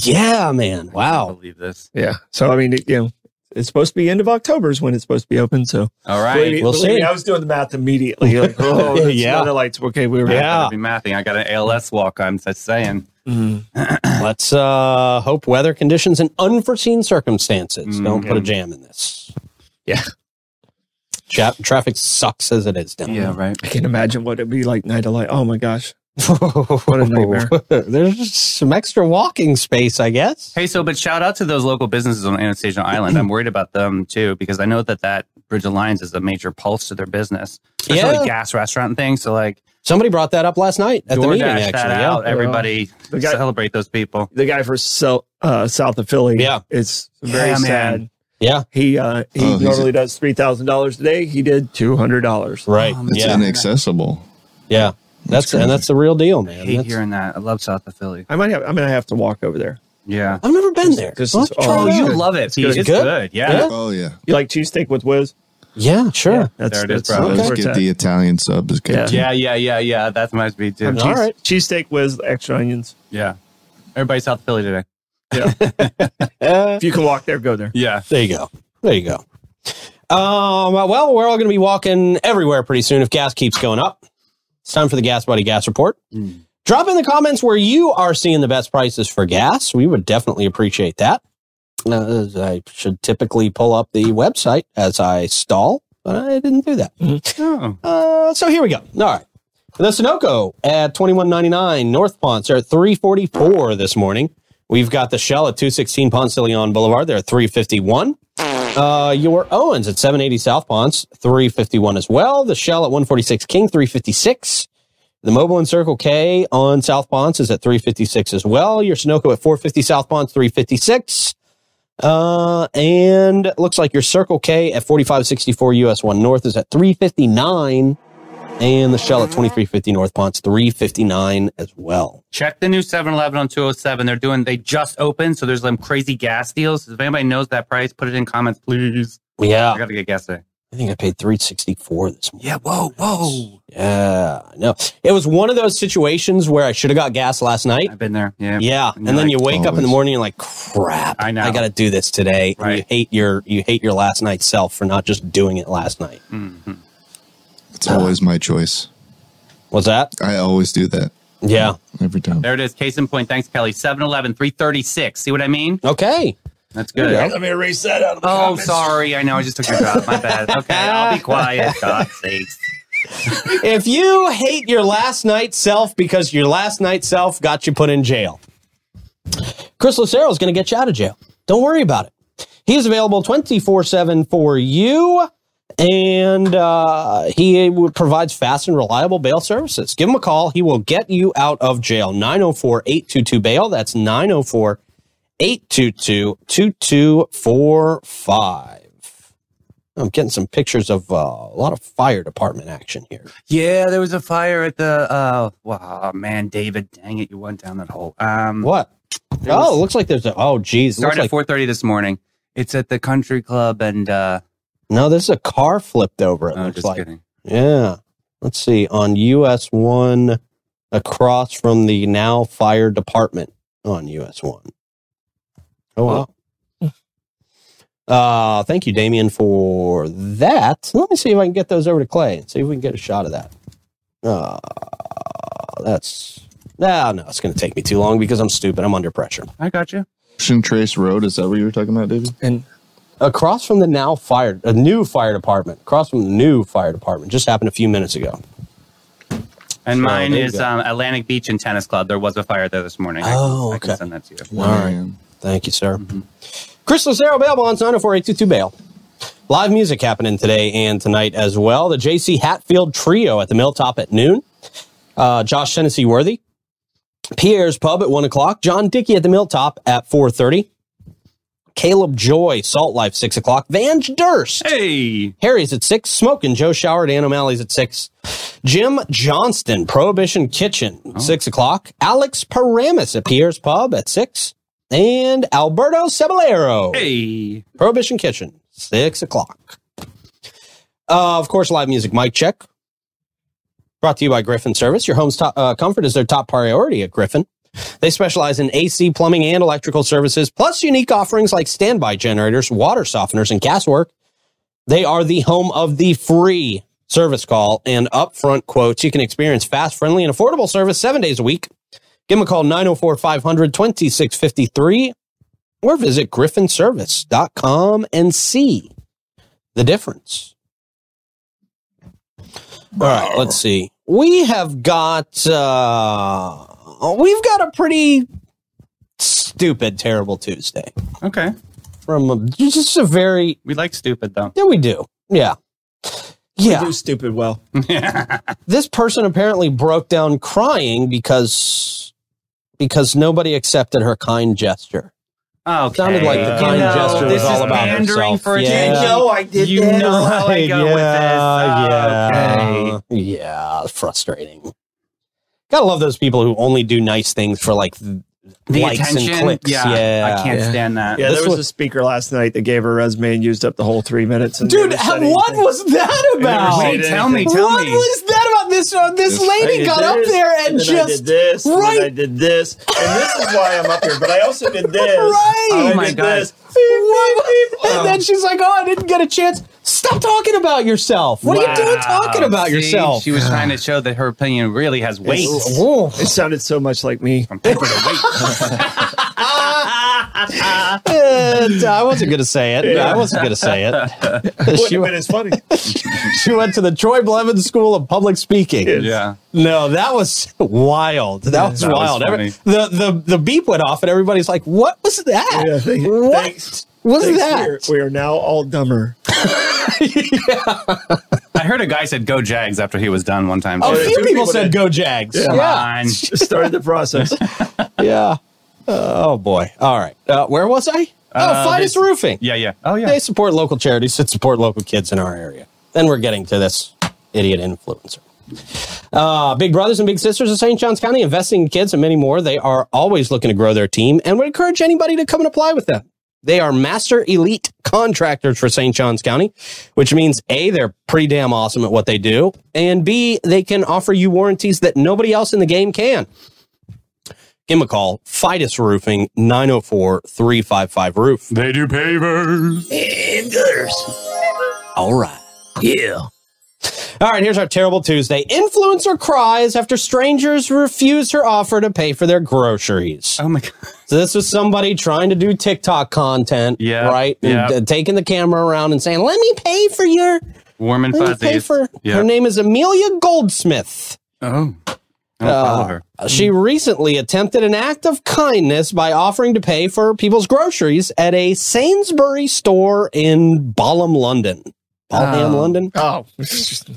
[SPEAKER 1] yeah, man.
[SPEAKER 2] I
[SPEAKER 1] Wow.
[SPEAKER 2] believe this.
[SPEAKER 3] Yeah. So I mean, it, you know, it's supposed to be end of October is when it's supposed to be open. So
[SPEAKER 2] All right.
[SPEAKER 3] Believe me-
[SPEAKER 1] we'll
[SPEAKER 3] believe me,
[SPEAKER 1] see.
[SPEAKER 3] I was doing the math immediately. Like, oh,
[SPEAKER 1] Yeah,
[SPEAKER 3] that's
[SPEAKER 1] yeah.
[SPEAKER 3] Night of lights. Okay, we were.
[SPEAKER 1] Yeah.
[SPEAKER 2] I'll be mathing. I got an ALS walk. I'm just saying.
[SPEAKER 3] Mm.
[SPEAKER 1] Let's uh, hope weather conditions and unforeseen circumstances
[SPEAKER 2] Mm,
[SPEAKER 1] don't put a jam in this.
[SPEAKER 3] Yeah.
[SPEAKER 1] Cha- traffic sucks as it is down
[SPEAKER 2] Yeah.
[SPEAKER 1] there.
[SPEAKER 2] Right.
[SPEAKER 3] I can't imagine what it'd be like night of light. Oh my gosh, what a nightmare!
[SPEAKER 1] There's just some extra walking space, I guess.
[SPEAKER 2] Hey, so but shout out to those local businesses on Anastasia Island. I'm worried about them too because I know that that Bridge Alliance is a major pulse to their business, especially
[SPEAKER 1] Yeah.
[SPEAKER 2] gas restaurant and things. So like
[SPEAKER 1] Somebody brought that up last night at the
[SPEAKER 2] DoorDash
[SPEAKER 1] meeting, actually.
[SPEAKER 2] that
[SPEAKER 1] yeah.
[SPEAKER 2] out. Everybody
[SPEAKER 3] The guy-
[SPEAKER 2] celebrate those people.
[SPEAKER 3] The guy for so, uh, South of Philly,
[SPEAKER 1] Yeah.
[SPEAKER 3] it's very
[SPEAKER 2] Yeah, man.
[SPEAKER 3] sad.
[SPEAKER 1] Yeah.
[SPEAKER 3] He uh, he
[SPEAKER 4] Oh, he's-
[SPEAKER 3] normally does three thousand dollars today. He did two hundred dollars.
[SPEAKER 1] Right.
[SPEAKER 2] Oh, man.
[SPEAKER 4] It's
[SPEAKER 1] yeah.
[SPEAKER 4] inaccessible.
[SPEAKER 1] yeah. That's,
[SPEAKER 4] crazy.
[SPEAKER 1] and that's the real deal,
[SPEAKER 2] I
[SPEAKER 1] man.
[SPEAKER 2] hate
[SPEAKER 1] That's-
[SPEAKER 2] hearing that. I love South of Philly.
[SPEAKER 3] I might have. I'm gonna have to walk over there.
[SPEAKER 2] Yeah.
[SPEAKER 1] I've never been there.
[SPEAKER 3] This
[SPEAKER 1] Well,
[SPEAKER 3] is-
[SPEAKER 1] let's try
[SPEAKER 2] Oh,
[SPEAKER 1] it
[SPEAKER 2] you
[SPEAKER 1] out.
[SPEAKER 2] love it. It's
[SPEAKER 1] good.
[SPEAKER 2] good. It's good. Yeah.
[SPEAKER 4] Oh yeah.
[SPEAKER 3] You like cheesesteak with whiz?
[SPEAKER 1] Yeah, sure.
[SPEAKER 3] That's,
[SPEAKER 2] There it is,
[SPEAKER 3] that's
[SPEAKER 2] bro.
[SPEAKER 3] where
[SPEAKER 4] Let's
[SPEAKER 3] it's
[SPEAKER 4] get
[SPEAKER 3] at.
[SPEAKER 4] the Italian sub. Is good.
[SPEAKER 3] Yeah.
[SPEAKER 4] too.
[SPEAKER 2] Yeah. Yeah. Yeah. Yeah. That reminds me too.
[SPEAKER 3] I'm
[SPEAKER 1] All
[SPEAKER 3] cheese-
[SPEAKER 1] right.
[SPEAKER 3] Cheesesteak with extra onions.
[SPEAKER 2] Yeah. Everybody South Philly today.
[SPEAKER 1] Uh,
[SPEAKER 3] If you can walk there, go there.
[SPEAKER 2] Yeah.
[SPEAKER 1] There you go. There you go. Um, well, we're all going to be walking everywhere pretty soon if gas keeps going up. It's time for the Gas Buddy Gas Report.
[SPEAKER 2] Mm.
[SPEAKER 1] Drop in the comments where you are seeing the best prices for gas. We would definitely appreciate that. Uh, I should typically pull up the website as I stall, but I didn't do that.
[SPEAKER 2] Oh.
[SPEAKER 1] Uh, so here we go. All right. The Sunoco at twenty one ninety nine. North Ponce are at three forty four this morning. We've got the Shell at two sixteen Ponce de Leon Boulevard. They're at three fifty one. Uh, your Owens at seven eighty South Ponce three fifty one as well. The Shell at one forty six King three fifty six. The Mobile and Circle K on South Ponce is at 356 as well. Your Sunoco at 450 South Ponce, 356. Uh, and it looks like your Circle K at 4564 US 1 North is at 359. And the Shell at 2350 North Ponce, 359 as well.
[SPEAKER 2] Check the new 7-Eleven on 207. They're doing, they just opened, so there's some crazy gas deals. If anybody knows that price, put it in comments, please. I
[SPEAKER 1] Yeah.
[SPEAKER 2] gotta get gas today.
[SPEAKER 1] I think I paid 364 this morning.
[SPEAKER 2] Yeah, whoa, whoa.
[SPEAKER 1] Yeah. No, it was one of those situations where I should have got gas last night.
[SPEAKER 2] I've been there. Yeah.
[SPEAKER 1] Yeah, and,
[SPEAKER 2] And you're
[SPEAKER 1] then
[SPEAKER 2] like,
[SPEAKER 1] you wake up in the
[SPEAKER 4] always.
[SPEAKER 1] morning and you're like, crap.
[SPEAKER 2] I know.
[SPEAKER 1] I got to do this today. And you
[SPEAKER 2] Right.
[SPEAKER 1] hate your you hate your last night's self for not just doing it last night.
[SPEAKER 2] Mhm.
[SPEAKER 4] It's always my choice.
[SPEAKER 1] What's that?
[SPEAKER 4] I always do that
[SPEAKER 1] Yeah.
[SPEAKER 4] every time.
[SPEAKER 2] There it is. Case in point. Thanks, Kelly. 7-Eleven, 336. See what I mean?
[SPEAKER 1] Okay.
[SPEAKER 2] That's
[SPEAKER 1] There you
[SPEAKER 2] good.
[SPEAKER 1] go.
[SPEAKER 3] Let me erase that out of the
[SPEAKER 2] Oh,
[SPEAKER 3] comments.
[SPEAKER 2] sorry. I know. I just took your job. My bad. Okay. I'll be quiet. God's sakes.
[SPEAKER 1] if you hate your last night self because your last night self got you put in jail, Chris Lucero is going to get you out of jail. Don't worry about it. He's available 24 7 for you, and uh, he provides fast and reliable bail services. Give him a call. He will get you out of jail. 904 822 bail. That's 904 822 2245. I'm getting some pictures of uh, a lot of fire department action here.
[SPEAKER 2] Yeah, there was a fire at the. Uh, wow, man, David, dang it, you went down that hole. Um,
[SPEAKER 1] What?
[SPEAKER 2] there was-
[SPEAKER 1] Oh, it looks like there's a. Oh, geez. It looks
[SPEAKER 2] started
[SPEAKER 1] like,
[SPEAKER 2] at four thirty this morning. It's at the country club, and uh,
[SPEAKER 1] no, this is a car flipped over. It
[SPEAKER 2] oh,
[SPEAKER 1] looks
[SPEAKER 2] just
[SPEAKER 1] like.
[SPEAKER 2] kidding.
[SPEAKER 1] Yeah. Let's see. On US 1, across from the now fire department on US 1. Oh, wow. Uh, thank you, Damien, for that. Let me see if I can get those over to Clay and see if we can get a shot of that. Uh, that's. No, no, it's going to take me too long because I'm stupid. I'm under pressure.
[SPEAKER 2] I got you.
[SPEAKER 4] Ocean Trace Road, is that what you were talking about, David?
[SPEAKER 3] And
[SPEAKER 1] across from the now fire a new fire department across from the new fire department just happened a few minutes ago
[SPEAKER 2] And mine
[SPEAKER 1] there you
[SPEAKER 2] is
[SPEAKER 1] go.
[SPEAKER 2] um, Atlantic Beach and Tennis Club. There was a fire there this morning. I-
[SPEAKER 1] Oh,
[SPEAKER 2] I
[SPEAKER 1] okay.
[SPEAKER 2] can send that to you.
[SPEAKER 1] right.
[SPEAKER 4] Man.
[SPEAKER 1] thank you sir chris lucero bail bonds 904822 bail live music happening today and tonight as well the jc hatfield trio at the milltop at noon uh, josh tennessee worthy pierre's pub at 1 o'clock john dickey at the milltop at 4.30 caleb joy salt life 6 o'clock vange durst
[SPEAKER 2] Hey,
[SPEAKER 1] Harry's at six. Smoke and Joe Shower at Ann O'Malley's at six. Jim Johnston, Prohibition Kitchen, six o'clock. Alex Paramus at Pierre's Pub at six. And Alberto Cebalero,
[SPEAKER 2] hey,
[SPEAKER 1] Prohibition Kitchen, six o'clock. Uh, of course, live music mic check. Brought to you by Griffin Service. Your home's top, uh, comfort is their top priority at Griffin. They specialize in AC, plumbing, and electrical services, plus unique offerings like standby generators, water softeners, and gas work. They are the home of the free service call and upfront quotes. You can experience fast, friendly, and affordable service seven days a week. Give them a call 904 500 2653 or visit griffinservice.com and see the difference. All right, let's see. We have got uh we've got a pretty stupid terrible Tuesday
[SPEAKER 2] okay.
[SPEAKER 1] from a, just a very
[SPEAKER 2] We like stupid though.
[SPEAKER 1] yeah, we do. Yeah.
[SPEAKER 3] you
[SPEAKER 1] Yeah.
[SPEAKER 3] do stupid well.
[SPEAKER 1] This person apparently broke down crying because because nobody accepted her kind gesture.
[SPEAKER 2] Oh,
[SPEAKER 1] Sounded like the
[SPEAKER 3] kind gesture was
[SPEAKER 2] this
[SPEAKER 3] all
[SPEAKER 2] is
[SPEAKER 3] about
[SPEAKER 2] pandering
[SPEAKER 1] herself.
[SPEAKER 2] For
[SPEAKER 1] Yeah.
[SPEAKER 2] attention.
[SPEAKER 3] I did
[SPEAKER 2] You
[SPEAKER 3] that.
[SPEAKER 2] know how I go with this.
[SPEAKER 1] yeah,
[SPEAKER 2] Okay.
[SPEAKER 1] yeah. Frustrating. Gotta love those people who only do nice things for like the
[SPEAKER 2] The
[SPEAKER 1] likes
[SPEAKER 2] attention.
[SPEAKER 1] and clicks. Yeah,
[SPEAKER 2] Yeah, I can't
[SPEAKER 3] Yeah.
[SPEAKER 2] stand that.
[SPEAKER 3] Yeah,
[SPEAKER 1] This
[SPEAKER 3] there was
[SPEAKER 1] was-
[SPEAKER 3] a speaker last night that gave her resume and used up the whole three minutes. and
[SPEAKER 1] Dude,
[SPEAKER 3] never said
[SPEAKER 1] what
[SPEAKER 3] anything.
[SPEAKER 1] was that about?
[SPEAKER 3] Wait,
[SPEAKER 2] Wait, tell me, tell
[SPEAKER 1] what
[SPEAKER 2] me.
[SPEAKER 1] was that about? This uh, this
[SPEAKER 4] This-
[SPEAKER 3] I
[SPEAKER 1] lady
[SPEAKER 3] did
[SPEAKER 1] got up
[SPEAKER 3] this,
[SPEAKER 1] there and,
[SPEAKER 3] then I
[SPEAKER 1] just
[SPEAKER 3] did this, and then
[SPEAKER 1] right-
[SPEAKER 3] I did this, and this is why I'm up here. But I also did this.
[SPEAKER 1] Right.
[SPEAKER 3] I
[SPEAKER 2] Oh my
[SPEAKER 3] did
[SPEAKER 2] God.
[SPEAKER 3] this.
[SPEAKER 1] What? And then she's like, "Oh, I didn't get a chance. Stop talking about yourself. What are you doing
[SPEAKER 2] Wow.
[SPEAKER 1] talking about
[SPEAKER 2] See,
[SPEAKER 1] yourself?"
[SPEAKER 2] She was trying to show that her opinion really has weight.
[SPEAKER 1] Ooh.
[SPEAKER 3] It sounded so much like me.
[SPEAKER 2] From paper to weight.
[SPEAKER 1] Uh, wasn't. I wasn't going to say it. I wasn't going to say it.
[SPEAKER 3] Wouldn't
[SPEAKER 1] she,
[SPEAKER 3] have
[SPEAKER 1] went,
[SPEAKER 3] been as funny.
[SPEAKER 1] she went to the Troy Blevins School of Public Speaking.
[SPEAKER 3] Yeah.
[SPEAKER 2] yeah.
[SPEAKER 1] No, that was wild. That was
[SPEAKER 2] That was
[SPEAKER 1] wild. Every-
[SPEAKER 2] funny.
[SPEAKER 1] the the the beep went off, and everybody's like, "What was that?
[SPEAKER 3] Yeah, thank-
[SPEAKER 1] what
[SPEAKER 3] thanks-
[SPEAKER 1] was
[SPEAKER 3] Thanks,
[SPEAKER 1] that?"
[SPEAKER 3] we are- We are now all dumber.
[SPEAKER 2] I heard a guy said go Jags after he was done one time.
[SPEAKER 1] A
[SPEAKER 2] too.
[SPEAKER 1] few
[SPEAKER 3] two
[SPEAKER 1] people,
[SPEAKER 3] people
[SPEAKER 1] said
[SPEAKER 3] did.
[SPEAKER 1] go Jags.
[SPEAKER 3] Yeah.
[SPEAKER 2] Come
[SPEAKER 1] Oh, Yeah.
[SPEAKER 2] on.
[SPEAKER 3] Just started the process.
[SPEAKER 1] Yeah. oh boy. All right. Uh, where was I? Oh,
[SPEAKER 2] Uh,
[SPEAKER 1] Finest
[SPEAKER 2] they-
[SPEAKER 1] Roofing.
[SPEAKER 2] Yeah, yeah. Oh,
[SPEAKER 1] They
[SPEAKER 2] yeah.
[SPEAKER 1] support local charities that support local kids in our area. Then we're getting to this idiot influencer. Uh, big brothers and big sisters of St. John's County investing in kids and many more. They are always looking to grow their team and would encourage anybody to come and apply with them. They are master elite contractors for St. John's County, which means A, they're pretty damn awesome at what they do, and B, they can offer you warranties that nobody else in the game can. Give them a call, Fidus Roofing, 904 355 Roof.
[SPEAKER 2] They do pavers.
[SPEAKER 1] All right. Yeah. All right, here's our terrible Tuesday. Influencer cries after strangers refuse her offer to pay for their groceries.
[SPEAKER 2] Oh, my God.
[SPEAKER 1] So this was somebody trying to do TikTok content,
[SPEAKER 2] Yeah,
[SPEAKER 1] right? And,
[SPEAKER 2] yeah.
[SPEAKER 1] uh, taking the camera around and saying, "Let me pay for your,
[SPEAKER 2] Warm and
[SPEAKER 1] let me pay
[SPEAKER 2] fuzzy.
[SPEAKER 1] for."
[SPEAKER 2] Yeah.
[SPEAKER 1] Her name is Amelia Goldsmith.
[SPEAKER 2] Oh. I don't
[SPEAKER 1] Uh,
[SPEAKER 2] follow her.
[SPEAKER 1] She recently attempted an act of kindness by offering to pay for people's groceries at a Sainsbury store in Balham, London. Balham,
[SPEAKER 2] Oh.
[SPEAKER 1] London.
[SPEAKER 3] Oh, you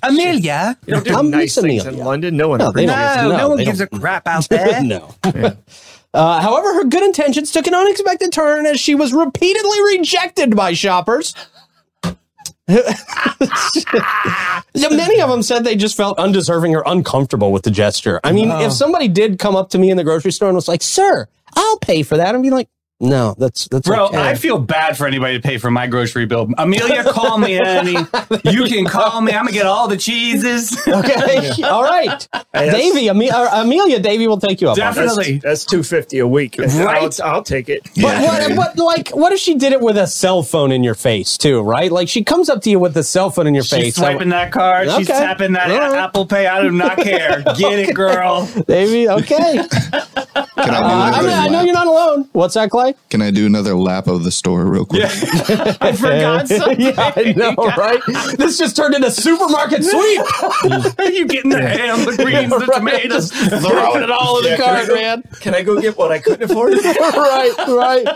[SPEAKER 2] Amelia.
[SPEAKER 3] don't do
[SPEAKER 1] I'm
[SPEAKER 3] nice
[SPEAKER 1] Miss
[SPEAKER 3] things
[SPEAKER 1] Amelia.
[SPEAKER 3] in London. No one
[SPEAKER 1] No, they
[SPEAKER 3] agrees.
[SPEAKER 1] don't. No, they don't.
[SPEAKER 2] crap out
[SPEAKER 1] no. Uh, however, her good intentions took an unexpected turn as she was repeatedly rejected by shoppers. Yeah, Many of them said they just felt undeserving or uncomfortable with the gesture. I mean,
[SPEAKER 2] Oh.
[SPEAKER 1] if somebody did come up to me in the grocery store and was like, "Sir, I'll pay for that," I'd be like, "No, that's that's
[SPEAKER 2] Bro,
[SPEAKER 1] okay."
[SPEAKER 2] I feel bad for anybody to pay for my grocery bill. Amelia, call me, honey. You can call me. I'm gonna get all the cheeses.
[SPEAKER 1] okay, all right,
[SPEAKER 3] Yes.
[SPEAKER 1] Davy, Ame- uh, Amelia, Davy will take you up. on that.
[SPEAKER 2] Definitely.
[SPEAKER 3] That's two fifty a week.
[SPEAKER 2] Right?
[SPEAKER 3] I'll, I'll take it.
[SPEAKER 1] But what, but like, what if she did it with a cell phone in your face too? Right? Like, she comes up to you with a cell phone in your
[SPEAKER 2] She's
[SPEAKER 1] face.
[SPEAKER 2] swiping that card. She's
[SPEAKER 1] Okay.
[SPEAKER 2] tapping that
[SPEAKER 1] All right.
[SPEAKER 2] Apple Pay. I do not care. Get it, girl.
[SPEAKER 1] Davy, okay.
[SPEAKER 4] Can I do
[SPEAKER 1] Uh, I,
[SPEAKER 4] another
[SPEAKER 1] mean, I know
[SPEAKER 4] lap?
[SPEAKER 1] you're not alone. What's that, Clay?
[SPEAKER 4] Can I do another lap of the store real quick?
[SPEAKER 2] I forgot something.
[SPEAKER 1] yeah, I know, right? This just turned into supermarket sweep.
[SPEAKER 2] you getting the ham, the greens, the tomatoes, throwing it all in the
[SPEAKER 3] Yeah.
[SPEAKER 1] Card, man.
[SPEAKER 3] Can I go get what I couldn't afford?
[SPEAKER 1] right, right.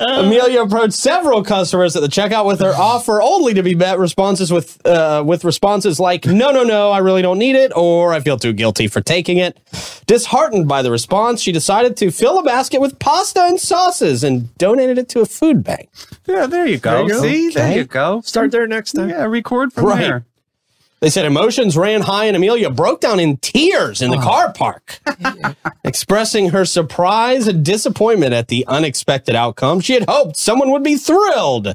[SPEAKER 1] Amelia approached several customers at the checkout with her offer, only to be met responses with uh, with responses like "No, no, no, I really don't need it," or "I feel too guilty for taking it." Disheartened by the response, she decided to fill a basket with pasta and sauces and donated it to a food bank.
[SPEAKER 2] Yeah, there you go.
[SPEAKER 3] you go.
[SPEAKER 2] See, there
[SPEAKER 1] Okay.
[SPEAKER 2] you go.
[SPEAKER 3] Start there next time.
[SPEAKER 2] Yeah, record from
[SPEAKER 1] Right.
[SPEAKER 2] there.
[SPEAKER 1] They said emotions ran high, and Amelia broke down in tears in the car park, expressing her surprise and disappointment at the unexpected outcome. She had hoped someone would be thrilled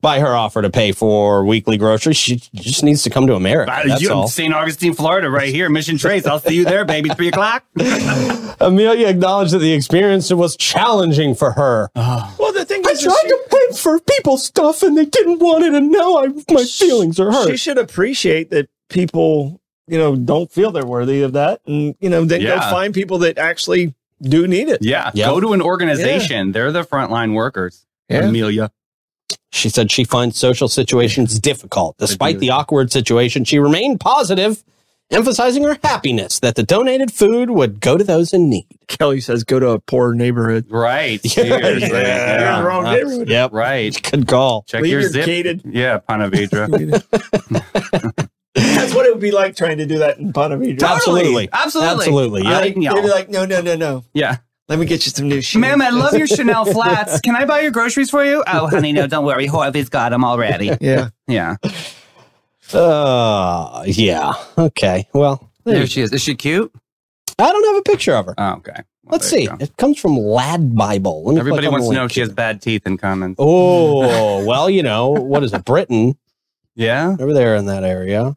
[SPEAKER 1] by her offer to pay for weekly groceries. She just needs to come to America.
[SPEAKER 2] Uh,
[SPEAKER 1] That's
[SPEAKER 2] you-
[SPEAKER 1] all.
[SPEAKER 2] St. Augustine, Florida, right here, Mission Trace. I'll see you there, baby. Three o'clock.
[SPEAKER 1] Amelia acknowledged that the experience was challenging for her.
[SPEAKER 3] Well, the thing
[SPEAKER 1] I
[SPEAKER 3] is,
[SPEAKER 1] tried
[SPEAKER 3] is she,
[SPEAKER 1] to pay for people's stuff, and they didn't want it, and now I, my feelings are
[SPEAKER 3] she
[SPEAKER 1] hurt.
[SPEAKER 3] should appreciate that people, you know, don't feel they're worthy of that, and you know, then
[SPEAKER 2] Yeah.
[SPEAKER 3] go find people that actually do need it.
[SPEAKER 2] Yeah,
[SPEAKER 1] Yeah.
[SPEAKER 2] go to an organization. They're the frontline workers.
[SPEAKER 3] Yeah.
[SPEAKER 2] Amelia.
[SPEAKER 1] She said she finds social situations difficult. Despite
[SPEAKER 2] Agreed.
[SPEAKER 1] the awkward situation, she remained positive, emphasizing her happiness that the donated food would go to those in need.
[SPEAKER 3] Kelly says, go to a poor neighborhood. Uh,
[SPEAKER 2] Right.
[SPEAKER 1] Yeah.
[SPEAKER 2] Seriously.
[SPEAKER 1] Yeah.
[SPEAKER 3] You're in the wrong
[SPEAKER 1] That's-
[SPEAKER 3] neighborhood.
[SPEAKER 1] Yep.
[SPEAKER 2] Right.
[SPEAKER 1] Good call.
[SPEAKER 2] Check
[SPEAKER 3] Leave
[SPEAKER 2] your
[SPEAKER 3] your
[SPEAKER 2] zip.
[SPEAKER 3] gated-
[SPEAKER 2] Yeah, Panavedra.
[SPEAKER 3] That's what it would be like trying to do that in Ponte Vedra.
[SPEAKER 1] Absolutely.
[SPEAKER 2] Absolutely.
[SPEAKER 1] Absolutely, yeah.
[SPEAKER 2] I,
[SPEAKER 3] They'd be like, no, no, no, no.
[SPEAKER 2] yeah.
[SPEAKER 3] Let me get you some new shoes.
[SPEAKER 2] Ma'am, I love your Chanel flats. Can I buy your groceries for you? Oh, honey, no, don't worry. Harvey's got them already.
[SPEAKER 3] yeah.
[SPEAKER 2] Yeah.
[SPEAKER 1] Uh, yeah. Okay. Well, there you-
[SPEAKER 2] she is. Is she cute?
[SPEAKER 1] I don't have a picture of her.
[SPEAKER 2] Oh, okay. Well,
[SPEAKER 1] Let's
[SPEAKER 2] there
[SPEAKER 1] see.
[SPEAKER 2] you go.
[SPEAKER 1] It comes from Lad Bible. Let me
[SPEAKER 2] Everybody
[SPEAKER 1] click on
[SPEAKER 2] wants
[SPEAKER 1] the
[SPEAKER 2] to know
[SPEAKER 1] link
[SPEAKER 2] if she has
[SPEAKER 1] here.
[SPEAKER 2] bad teeth in common.
[SPEAKER 1] Oh, well, you know, what is it? Britain,
[SPEAKER 2] Yeah.
[SPEAKER 1] over there in that area.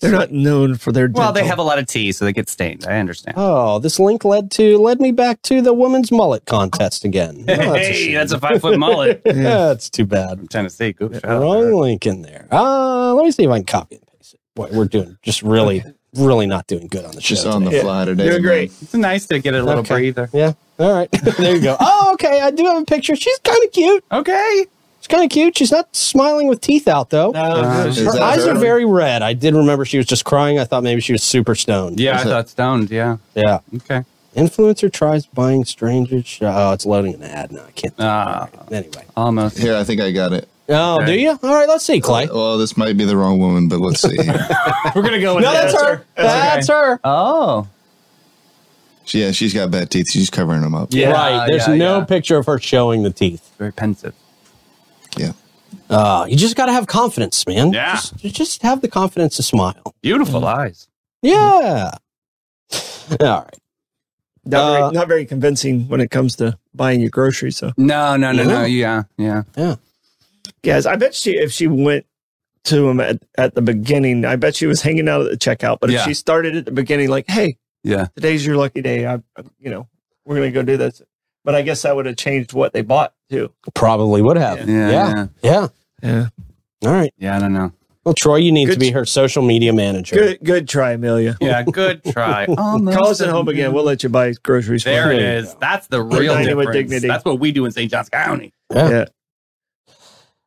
[SPEAKER 3] They're not known for their
[SPEAKER 2] Well, they
[SPEAKER 3] dental.
[SPEAKER 2] have a lot of teeth, so they get stained. I understand.
[SPEAKER 1] Oh, this link led to led me back to the women's mullet contest again. Oh, that's a
[SPEAKER 2] hey,
[SPEAKER 1] shame.
[SPEAKER 2] that's a five foot mullet.
[SPEAKER 1] that's too bad.
[SPEAKER 2] I'm trying to say, good shot.
[SPEAKER 1] Wrong link in there. Uh, let me see if I can copy and paste it. Boy, we're doing just really, really not doing good on the show.
[SPEAKER 4] Just on the
[SPEAKER 1] today.
[SPEAKER 4] fly today.
[SPEAKER 3] You're
[SPEAKER 4] man.
[SPEAKER 3] great.
[SPEAKER 2] It's nice to get a little
[SPEAKER 1] Okay.
[SPEAKER 2] breather.
[SPEAKER 1] Yeah. All right. there you go. Oh, okay. I do have a picture. She's kind of cute.
[SPEAKER 2] Okay.
[SPEAKER 1] She's kind of cute. She's not smiling with teeth out though.
[SPEAKER 2] Uh,
[SPEAKER 4] Is
[SPEAKER 1] her
[SPEAKER 4] that
[SPEAKER 1] eyes
[SPEAKER 4] her?
[SPEAKER 1] are very red. I did remember she was just crying. I thought maybe she was super stoned.
[SPEAKER 2] Yeah, I
[SPEAKER 4] That's it.
[SPEAKER 2] thought stoned. Yeah.
[SPEAKER 1] Yeah.
[SPEAKER 2] Okay.
[SPEAKER 1] Influencer tries buying strangers. sh- Oh, it's loading an ad. No, I can't.
[SPEAKER 2] Ah.
[SPEAKER 1] Anyway.
[SPEAKER 2] Almost.
[SPEAKER 4] Here, I think I got it. Uh,
[SPEAKER 1] Oh,
[SPEAKER 2] Okay.
[SPEAKER 1] do you? All right. Let's see, Clay.
[SPEAKER 4] Well, this might be the wrong woman, but let's see. here.
[SPEAKER 3] We're gonna go. With
[SPEAKER 1] No, that's her. That's her.
[SPEAKER 2] Oh.
[SPEAKER 4] She- yeah, she's got bad teeth. She's covering them up.
[SPEAKER 2] Yeah,
[SPEAKER 1] right. There's
[SPEAKER 2] yeah,
[SPEAKER 1] no
[SPEAKER 2] yeah.
[SPEAKER 1] picture of her showing the teeth.
[SPEAKER 2] Very pensive.
[SPEAKER 4] Yeah.
[SPEAKER 1] Uh, you just got to have confidence, man.
[SPEAKER 2] Yeah.
[SPEAKER 1] Just, just have the confidence to smile.
[SPEAKER 2] Beautiful eyes.
[SPEAKER 1] Mm-hmm. Yeah. All right.
[SPEAKER 3] Not,
[SPEAKER 1] Uh,
[SPEAKER 3] very, not very convincing when it comes to buying your groceries. So,
[SPEAKER 2] No, no, no, no.
[SPEAKER 1] Yeah.
[SPEAKER 2] Yeah. Yeah.
[SPEAKER 3] guys, I bet she if she went to him at, at the beginning, I bet she was hanging out at the checkout. But
[SPEAKER 2] Yeah.
[SPEAKER 3] if she started at the beginning, like, hey,
[SPEAKER 2] Yeah.
[SPEAKER 3] today's your lucky day. I, I- you know, we're gonna go do this. But I guess that would have changed what they bought too.
[SPEAKER 1] Probably would have.
[SPEAKER 2] Yeah.
[SPEAKER 1] Yeah.
[SPEAKER 2] Yeah. Yeah.
[SPEAKER 1] Yeah.
[SPEAKER 3] Yeah.
[SPEAKER 1] All right.
[SPEAKER 2] I don't know.
[SPEAKER 1] Well, Troy, you need
[SPEAKER 3] Good
[SPEAKER 1] to be
[SPEAKER 3] ch-
[SPEAKER 1] her social media manager.
[SPEAKER 3] Good, good try, Amelia.
[SPEAKER 2] Yeah. Good try. Almost.
[SPEAKER 3] Call us at home again. We'll let you buy groceries. for
[SPEAKER 2] There
[SPEAKER 3] us.
[SPEAKER 2] it
[SPEAKER 1] There you
[SPEAKER 2] is.
[SPEAKER 1] go.
[SPEAKER 2] That's the real
[SPEAKER 3] Dining with
[SPEAKER 2] difference.
[SPEAKER 3] dignity.
[SPEAKER 2] That's what we do in St. Johns County.
[SPEAKER 1] Yeah.
[SPEAKER 3] Yeah.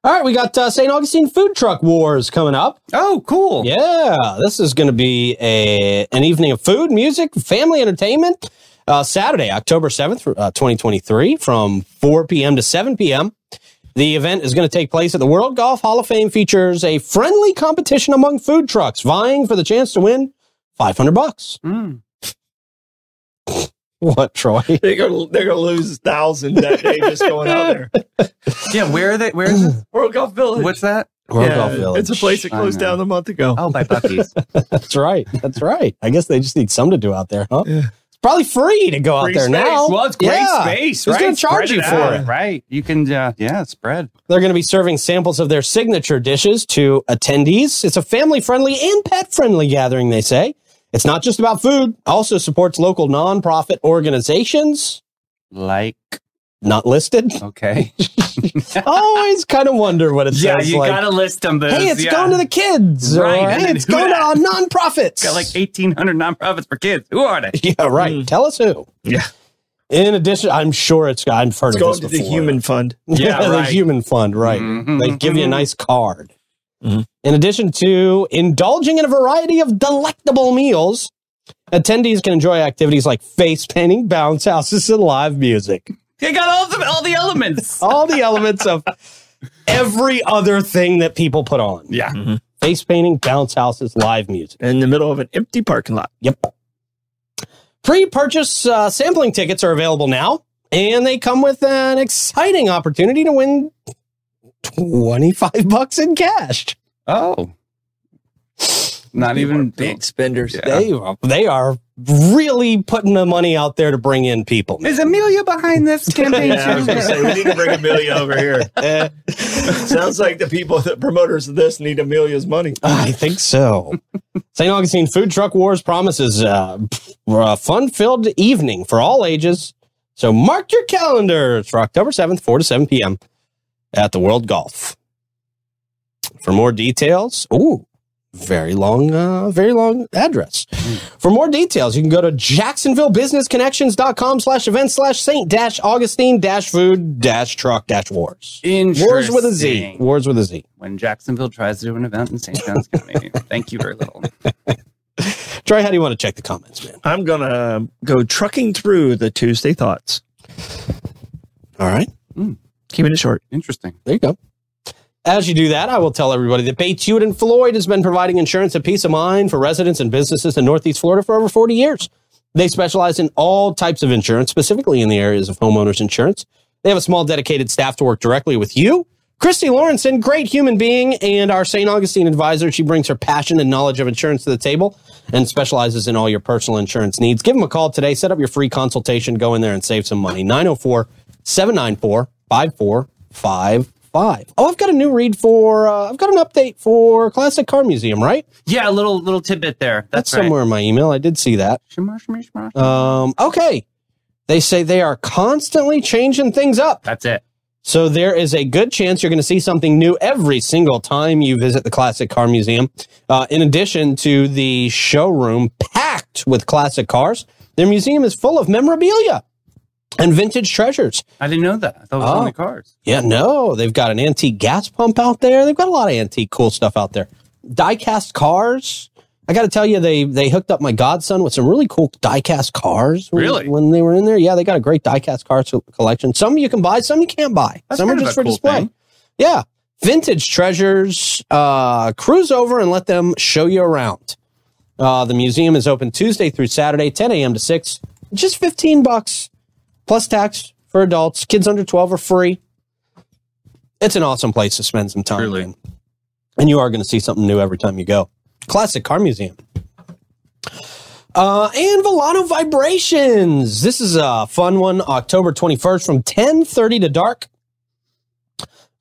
[SPEAKER 1] All right, we got uh, St. Augustine Food Truck Wars coming up.
[SPEAKER 2] Oh, cool.
[SPEAKER 1] Yeah, this is going to be a an evening of food, music, family entertainment. Uh, Saturday, October seventh, uh, twenty twenty three, from four p.m. to seven p.m. The event is going to take place at the World Golf Hall of Fame. Features a friendly competition among food trucks vying for the chance to win five hundred bucks.
[SPEAKER 2] Mm.
[SPEAKER 1] What, Troy?
[SPEAKER 3] They're gonna they're gonna lose thousand that day just going out there.
[SPEAKER 2] Yeah. Where are they? Where is it?
[SPEAKER 3] World Golf Village.
[SPEAKER 2] What's that?
[SPEAKER 1] World
[SPEAKER 3] Yeah,
[SPEAKER 1] Golf Village.
[SPEAKER 3] It's a place that
[SPEAKER 2] I
[SPEAKER 3] closed
[SPEAKER 2] know.
[SPEAKER 3] down a month ago.
[SPEAKER 2] Oh, by Bucky's.
[SPEAKER 1] That's right. That's right. I guess they just need some to do out there, huh?
[SPEAKER 3] Yeah.
[SPEAKER 1] It's probably free to go out
[SPEAKER 3] Free
[SPEAKER 1] there
[SPEAKER 3] space.
[SPEAKER 1] now.
[SPEAKER 2] well, it's great
[SPEAKER 1] Yeah.
[SPEAKER 2] space.
[SPEAKER 1] Who's
[SPEAKER 2] right?
[SPEAKER 1] gonna charge
[SPEAKER 2] Spread
[SPEAKER 1] you for
[SPEAKER 2] out,
[SPEAKER 1] it?
[SPEAKER 2] Right. You can. Uh, yeah. Spread.
[SPEAKER 1] They're going to be serving samples of their signature dishes to attendees. It's a family friendly and pet friendly gathering, they say. It's not just about food, also supports local nonprofit organizations.
[SPEAKER 2] Like.
[SPEAKER 1] Not listed.
[SPEAKER 2] Okay.
[SPEAKER 1] I Always kind of wonder what it
[SPEAKER 2] yeah.
[SPEAKER 1] says.
[SPEAKER 2] You
[SPEAKER 1] like,
[SPEAKER 2] gotta list them. Those.
[SPEAKER 1] hey, it's
[SPEAKER 2] yeah.
[SPEAKER 1] going to the kids. or,
[SPEAKER 2] Right, and
[SPEAKER 1] hey,
[SPEAKER 2] then
[SPEAKER 1] it's
[SPEAKER 2] who
[SPEAKER 1] going
[SPEAKER 2] that?
[SPEAKER 1] to nonprofits.
[SPEAKER 2] Got like Hmm. 1,800 nonprofits for kids. Who are they?
[SPEAKER 1] yeah, right.
[SPEAKER 3] Mm.
[SPEAKER 1] Tell us who.
[SPEAKER 3] Yeah.
[SPEAKER 1] In addition, I'm sure it's, I've heard
[SPEAKER 3] It's
[SPEAKER 1] of this
[SPEAKER 3] going to the
[SPEAKER 1] before.
[SPEAKER 3] human fund.
[SPEAKER 2] Yeah,
[SPEAKER 1] the
[SPEAKER 2] right.
[SPEAKER 1] human fund, right.
[SPEAKER 2] Mhm.
[SPEAKER 1] They give you a nice card.
[SPEAKER 3] Mhm.
[SPEAKER 1] In addition to indulging in a variety of delectable meals, attendees can enjoy activities like face painting, bounce houses, and live music.
[SPEAKER 2] They got all the all the elements.
[SPEAKER 1] All the elements of every other thing that people put on.
[SPEAKER 2] Yeah.
[SPEAKER 1] Face painting, bounce houses, live music.
[SPEAKER 3] in the middle of an empty parking lot.
[SPEAKER 1] Pre-purchase uh, sampling tickets are available now, and they come with an exciting opportunity to win 25 bucks in cash.
[SPEAKER 2] Oh. Not even
[SPEAKER 3] Big spenders.
[SPEAKER 2] Yeah.
[SPEAKER 1] they are they are really putting the money out there to bring in people. man.
[SPEAKER 2] Is Amelia behind this campaign?
[SPEAKER 3] Yeah, I was gonna say we need to bring Amelia over here.
[SPEAKER 1] Eh,
[SPEAKER 3] Sounds like the people, the promoters of this, need Amelia's money.
[SPEAKER 1] I think so. St. Augustine Food Truck Wars promises uh, a fun-filled evening for all ages. So mark your calendars for October 7th, 4 to 7 p.m. at the World Golf. For more details, ooh, very long, uh, very long address. For more details, you can go to jacksonvillebusinessconnections.com slash event slash saint dash augustine dash food dash truck dash wars. Wars with a Z.
[SPEAKER 2] Interesting.
[SPEAKER 1] Wars with a Z.
[SPEAKER 2] When Jacksonville tries to do an event in St. John's County. Thank you very little.
[SPEAKER 1] Troy, how do you want to check the comments, man?
[SPEAKER 3] I'm gonna go trucking through the Tuesday thoughts.
[SPEAKER 1] All right.
[SPEAKER 3] Keeping it short.
[SPEAKER 2] Interesting.
[SPEAKER 1] There you go. As you do that, I will tell everybody that Bates, Hewitt, and Floyd has been providing insurance and peace of mind for residents and businesses in Northeast Florida for over 40 years. They specialize in all types of insurance, specifically in the areas of homeowners insurance. They have a small dedicated staff to work directly with you. Christy Lawrenson, great human being and our St. Augustine advisor. She brings her passion and knowledge of insurance to the table and specializes in all your personal insurance needs. Give them a call today. Set up your free consultation. Go in there and save some money. 904 794 5455. Oh, I've got a new read for, uh, I've got an update for Classic Car Museum, right?
[SPEAKER 2] Yeah, a little little tidbit there.
[SPEAKER 1] That's
[SPEAKER 2] That's, right.
[SPEAKER 1] somewhere in my email. I did see that.
[SPEAKER 2] Shimmer, shimmer, shimmer.
[SPEAKER 1] Um, okay. They say they are constantly changing things up.
[SPEAKER 2] That's it.
[SPEAKER 1] So there is a good chance you're going to see something new every single time you visit the Classic Car Museum. Uh, in addition to the showroom packed with classic cars, their museum is full of memorabilia. and vintage treasures.
[SPEAKER 2] I didn't know that. I thought it was
[SPEAKER 1] Oh.
[SPEAKER 2] only cars.
[SPEAKER 1] Yeah, no, they've got an antique gas pump out there. They've got a lot of antique cool stuff out there. Diecast cars. I got to tell you, they they hooked up my godson with some really cool diecast cars. when-
[SPEAKER 2] Really?
[SPEAKER 1] When they were in there, yeah, they got a great diecast car co- collection. Some you can buy, some you can't buy.
[SPEAKER 2] That's
[SPEAKER 1] some are
[SPEAKER 2] kind of
[SPEAKER 1] just
[SPEAKER 2] a
[SPEAKER 1] for
[SPEAKER 2] cool
[SPEAKER 1] display.
[SPEAKER 2] thing.
[SPEAKER 1] Yeah, vintage treasures. Uh, cruise over and let them show you around. Uh, the museum is open Tuesday through Saturday, 10 a.m. to 6. Just 15 bucks plus tax for adults. Kids under 12 are free. It's an awesome place to spend some time.
[SPEAKER 2] Truly.
[SPEAKER 1] man. And you are going to see something new every time you go. Classic Car Museum. Uh, and Volano Vibrations. This is a fun one. October 21st from 10.30 to dark.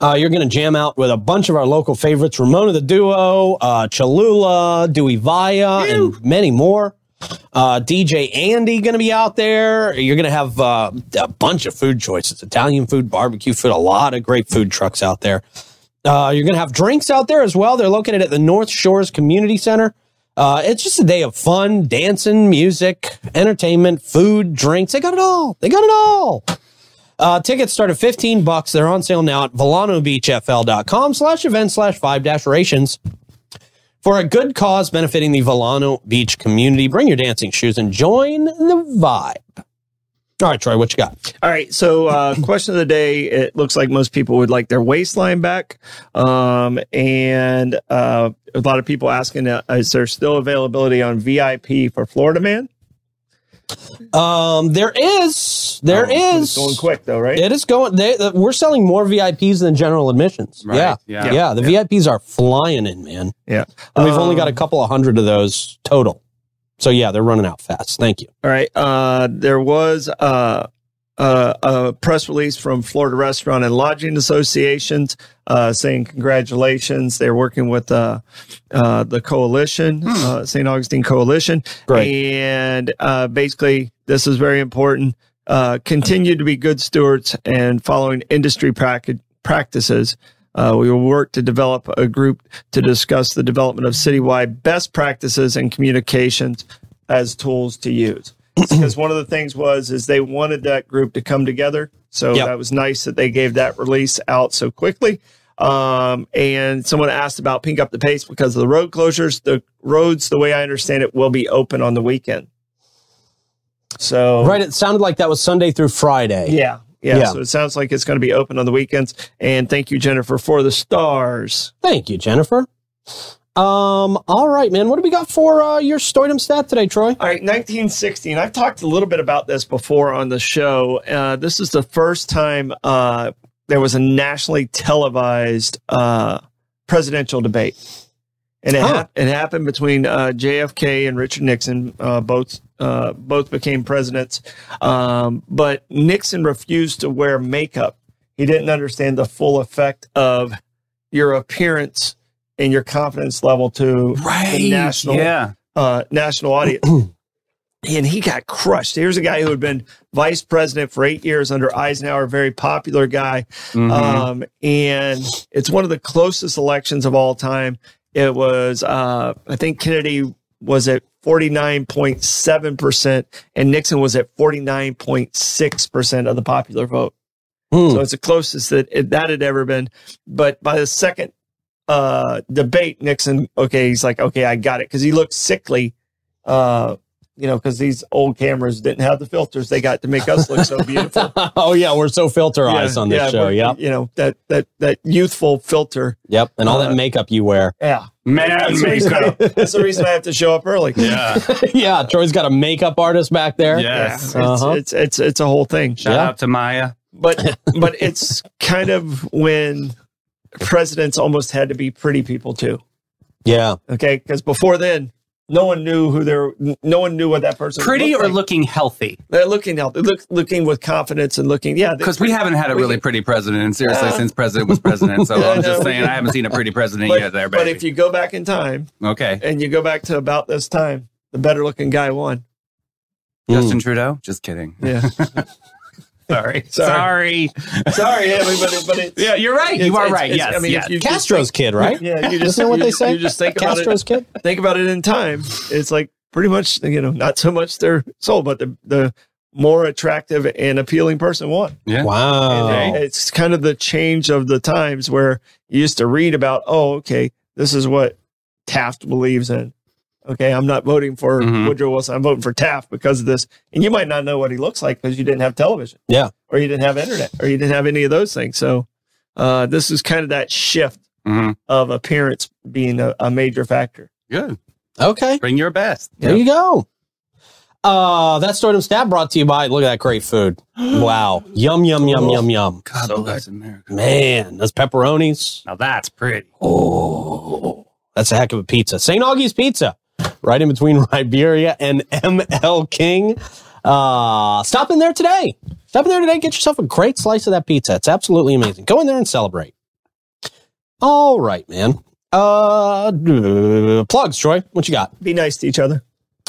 [SPEAKER 1] Uh, you're going to jam out with a bunch of our local favorites Ramona the Duo, uh, Cholula, Dewey Vaya, and many more. Uh, DJ Andy going to be out there. You're going to have uh, a bunch of food choices Italian food, barbecue food, a lot of great food trucks out there. Uh, you're going to have drinks out there as well. They're located at the North Shores Community Center. Uh, it's just a day of fun, dancing, music, entertainment, food, drinks. They got it all. They got it all. Uh, tickets start at 15 bucks. They're on sale now at VolanoBeachFL.com slash event slash five dash rations for a good cause benefiting the Volano Beach community. Bring your dancing shoes and join the vibe. All right, Troy, what you got?
[SPEAKER 3] All right. So, uh, question of the day: It looks like most people would like their waistline back, um, and uh, a lot of people asking, uh, is there still availability on VIP for Florida Man?
[SPEAKER 1] Um, there is,
[SPEAKER 3] There
[SPEAKER 1] there
[SPEAKER 3] is
[SPEAKER 1] is.
[SPEAKER 3] Oh, going quick though, right?
[SPEAKER 1] It is going. They, uh, we're selling more VIPs than general admissions.
[SPEAKER 2] Right,
[SPEAKER 1] Yeah.
[SPEAKER 2] yeah.
[SPEAKER 1] yeah, The VIPs are flying in, man.
[SPEAKER 3] Yeah.
[SPEAKER 1] And we've only
[SPEAKER 3] Um,
[SPEAKER 1] got a couple of hundred of those total. So yeah, they're running out fast. Thank you.
[SPEAKER 3] All right. Uh, there was uh, uh, a press release from Florida Restaurant and Lodging Associations uh, saying congratulations. They're working with uh, uh, the coalition, uh, St. Augustine Coalition.
[SPEAKER 1] Great.
[SPEAKER 3] And uh, basically, this is very important. Uh, continue to be good stewards and following industry prac- practices. Uh, we will work to develop a group to discuss the development of citywide best practices and communications as tools to use. Because one of the things was is they wanted that group to come together, so
[SPEAKER 1] Yep.
[SPEAKER 3] that was nice that they gave that release out so quickly. Um, and someone asked about pink up the pace because of the road closures. The roads, the way I understand it, will be open on the weekend. So
[SPEAKER 1] Right. It sounded like that was Sunday through Friday.
[SPEAKER 3] Oh. yeah. Yeah,
[SPEAKER 1] Yeah.
[SPEAKER 3] so it sounds like it's going to be open on the weekends. And thank you, Jennifer, for the stars.
[SPEAKER 1] Thank you, Jennifer. Um. All right, man. What do we got for uh, your Stoidum stat today, Troy?
[SPEAKER 3] All right, 1916. I've talked a little bit about this before on the show. Uh, this is the first time uh, there was a nationally televised uh, presidential debate. And it,
[SPEAKER 1] Huh.
[SPEAKER 3] hap- it happened between uh, JFK and Richard Nixon. Uh, both uh, both became presidents, um, but Nixon refused to wear makeup. He didn't understand the full effect of your appearance and your confidence level to the national
[SPEAKER 2] Yeah.
[SPEAKER 3] uh, national audience. and he got crushed. Here's a guy who had been vice president for eight years under Eisenhower, a very popular guy.
[SPEAKER 2] Mm-hmm.
[SPEAKER 3] Um, and it's one of the closest elections of all time. It was, uh, I think Kennedy was at 49.7%, and Nixon was at 49.6% of the popular vote.
[SPEAKER 1] Hmm.
[SPEAKER 3] So it's the closest that it, that had ever been. But by the second uh, debate, Nixon, okay, he's like, okay, I got it. Because he looked sickly, uh, you know, because these old cameras didn't have the filters they got to make us look so beautiful.
[SPEAKER 1] oh yeah, we're so filterized on this show.
[SPEAKER 3] but,
[SPEAKER 1] Yep.
[SPEAKER 3] You know, that, that, that youthful filter.
[SPEAKER 1] Yep. And all that
[SPEAKER 3] uh,
[SPEAKER 1] makeup you wear.
[SPEAKER 3] Yeah.
[SPEAKER 2] man
[SPEAKER 3] That's the, reason I,
[SPEAKER 2] makeup.
[SPEAKER 3] that's the reason I have to show up early.
[SPEAKER 2] yeah.
[SPEAKER 1] yeah. Troy's got a makeup artist back there.
[SPEAKER 3] Yeah,
[SPEAKER 2] Yes.
[SPEAKER 3] it's,
[SPEAKER 1] Uh-huh.
[SPEAKER 3] it's it's it's a whole thing.
[SPEAKER 2] Shout
[SPEAKER 1] Yeah.
[SPEAKER 2] out to Maya.
[SPEAKER 3] but but it's kind of when presidents almost had to be pretty people too.
[SPEAKER 1] Yeah.
[SPEAKER 3] Okay, because before then, no one knew who they're. No one knew what that person
[SPEAKER 2] Pretty
[SPEAKER 3] looked
[SPEAKER 2] or
[SPEAKER 3] like.
[SPEAKER 2] looking healthy?
[SPEAKER 3] They're looking healthy, look, looking with confidence and looking. Yeah, they-
[SPEAKER 2] Because we haven't had a
[SPEAKER 3] We
[SPEAKER 2] really
[SPEAKER 3] can-
[SPEAKER 2] pretty president, seriously,
[SPEAKER 3] Uh,
[SPEAKER 2] since president was president. So
[SPEAKER 3] Yeah,
[SPEAKER 2] I'm
[SPEAKER 3] no,
[SPEAKER 2] just
[SPEAKER 3] we
[SPEAKER 2] saying,
[SPEAKER 3] can-
[SPEAKER 2] I haven't seen a pretty president
[SPEAKER 3] but,
[SPEAKER 2] yet there,
[SPEAKER 3] but
[SPEAKER 2] baby.
[SPEAKER 3] if you go back in time
[SPEAKER 2] okay.
[SPEAKER 3] and you go back to about this time, the better looking guy won.
[SPEAKER 2] Justin Trudeau? Just kidding.
[SPEAKER 3] Yeah,
[SPEAKER 2] Sorry.
[SPEAKER 3] Sorry.
[SPEAKER 2] Sorry.
[SPEAKER 3] sorry everybody, but it's,
[SPEAKER 2] Yeah, you're right.
[SPEAKER 3] it's-
[SPEAKER 2] You are
[SPEAKER 3] it's-
[SPEAKER 2] right.
[SPEAKER 3] it's-
[SPEAKER 2] Yes.
[SPEAKER 3] I mean, if
[SPEAKER 2] yes.
[SPEAKER 3] you just
[SPEAKER 1] Castro's kid, right?
[SPEAKER 3] think- yeah, you just
[SPEAKER 1] Isn't that what
[SPEAKER 3] you-
[SPEAKER 1] they say?
[SPEAKER 3] You just think about it.
[SPEAKER 1] Castro's kid.
[SPEAKER 3] Think about it in time. It's like pretty much you know not so much their soul, but the the more attractive and appealing person won.
[SPEAKER 2] Yeah.
[SPEAKER 1] Wow.
[SPEAKER 3] And It's kind of the change of the times where you used to read about, oh, okay, this is what Taft believes in. Okay, I'm not voting for
[SPEAKER 2] Mhm.
[SPEAKER 1] Mm-hmm.
[SPEAKER 3] Woodrow Wilson. I'm voting for Taft because of this. And you might not know what he looks like because you didn't have television.
[SPEAKER 1] Yeah.
[SPEAKER 3] Or you didn't have internet or you didn't have any of those things. So uh, this is kind of that shift
[SPEAKER 2] Mhm.
[SPEAKER 3] of appearance being a, a major factor.
[SPEAKER 2] Good.
[SPEAKER 1] Okay.
[SPEAKER 2] Bring your best.
[SPEAKER 1] There you go. Uh, that Stardom Snap brought to you by, look at that great food. Wow. Yum, yum, yum, yum, yum.
[SPEAKER 2] God
[SPEAKER 3] So
[SPEAKER 2] bless America.
[SPEAKER 1] Man, those pepperonis.
[SPEAKER 2] Now that's pretty.
[SPEAKER 1] Oh, that's a heck of a pizza. St. Augie's Pizza, right in between Riberia and ML King. Uh, stop in there today. Stop in there today. Get yourself a great slice of that pizza. It's absolutely amazing. Go in there and celebrate. All right, man. Uh, plugs, Troy. What you got?
[SPEAKER 3] Be nice to each other.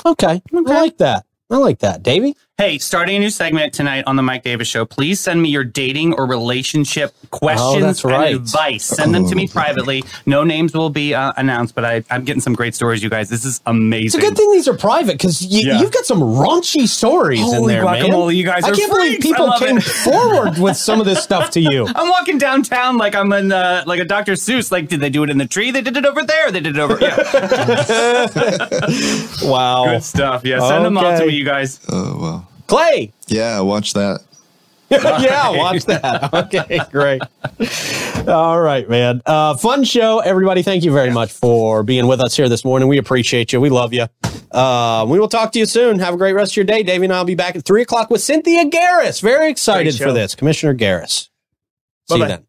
[SPEAKER 1] Okay. I like that. I like that. Davey?
[SPEAKER 2] Hey, starting a new segment tonight on the Mike Davis Show. Please send me your dating or relationship questions
[SPEAKER 1] that's right.
[SPEAKER 2] and advice. Send them to me privately. No names will be uh, announced, but I, I'm getting some great stories, you guys. This is
[SPEAKER 1] It's a
[SPEAKER 2] amazing.
[SPEAKER 1] good thing these are private because y-
[SPEAKER 2] Yeah.
[SPEAKER 1] you've got some raunchy stories in
[SPEAKER 2] Holy
[SPEAKER 1] there,
[SPEAKER 2] guacamole,
[SPEAKER 1] man.
[SPEAKER 2] you guys
[SPEAKER 1] I
[SPEAKER 2] are
[SPEAKER 1] can't believe
[SPEAKER 2] freaks. I
[SPEAKER 1] people
[SPEAKER 2] love
[SPEAKER 1] came
[SPEAKER 2] it.
[SPEAKER 1] forward with some of this stuff to you.
[SPEAKER 2] I'm walking downtown like I'm in uh, like a Dr. Seuss. Like, did they do it in the tree? They did it over there. They did it over. Yeah,
[SPEAKER 1] Wow.
[SPEAKER 2] good stuff. Yeah, send them all
[SPEAKER 1] Okay.
[SPEAKER 2] to me, you guys.
[SPEAKER 4] Oh wow.
[SPEAKER 1] Clay.
[SPEAKER 4] Yeah, watch that.
[SPEAKER 1] yeah, watch that. Okay, great. All right, man. Uh, fun show, everybody. Thank you very much for being with us here this morning. We appreciate you. We love you. Uh, we will talk to you soon. Have a great rest of your day. Davey and I'll be back at three o'clock with Cynthia Garris. Very excited
[SPEAKER 3] Great show.
[SPEAKER 1] for this, Commissioner Garris. See you
[SPEAKER 3] Bye-bye.
[SPEAKER 1] then.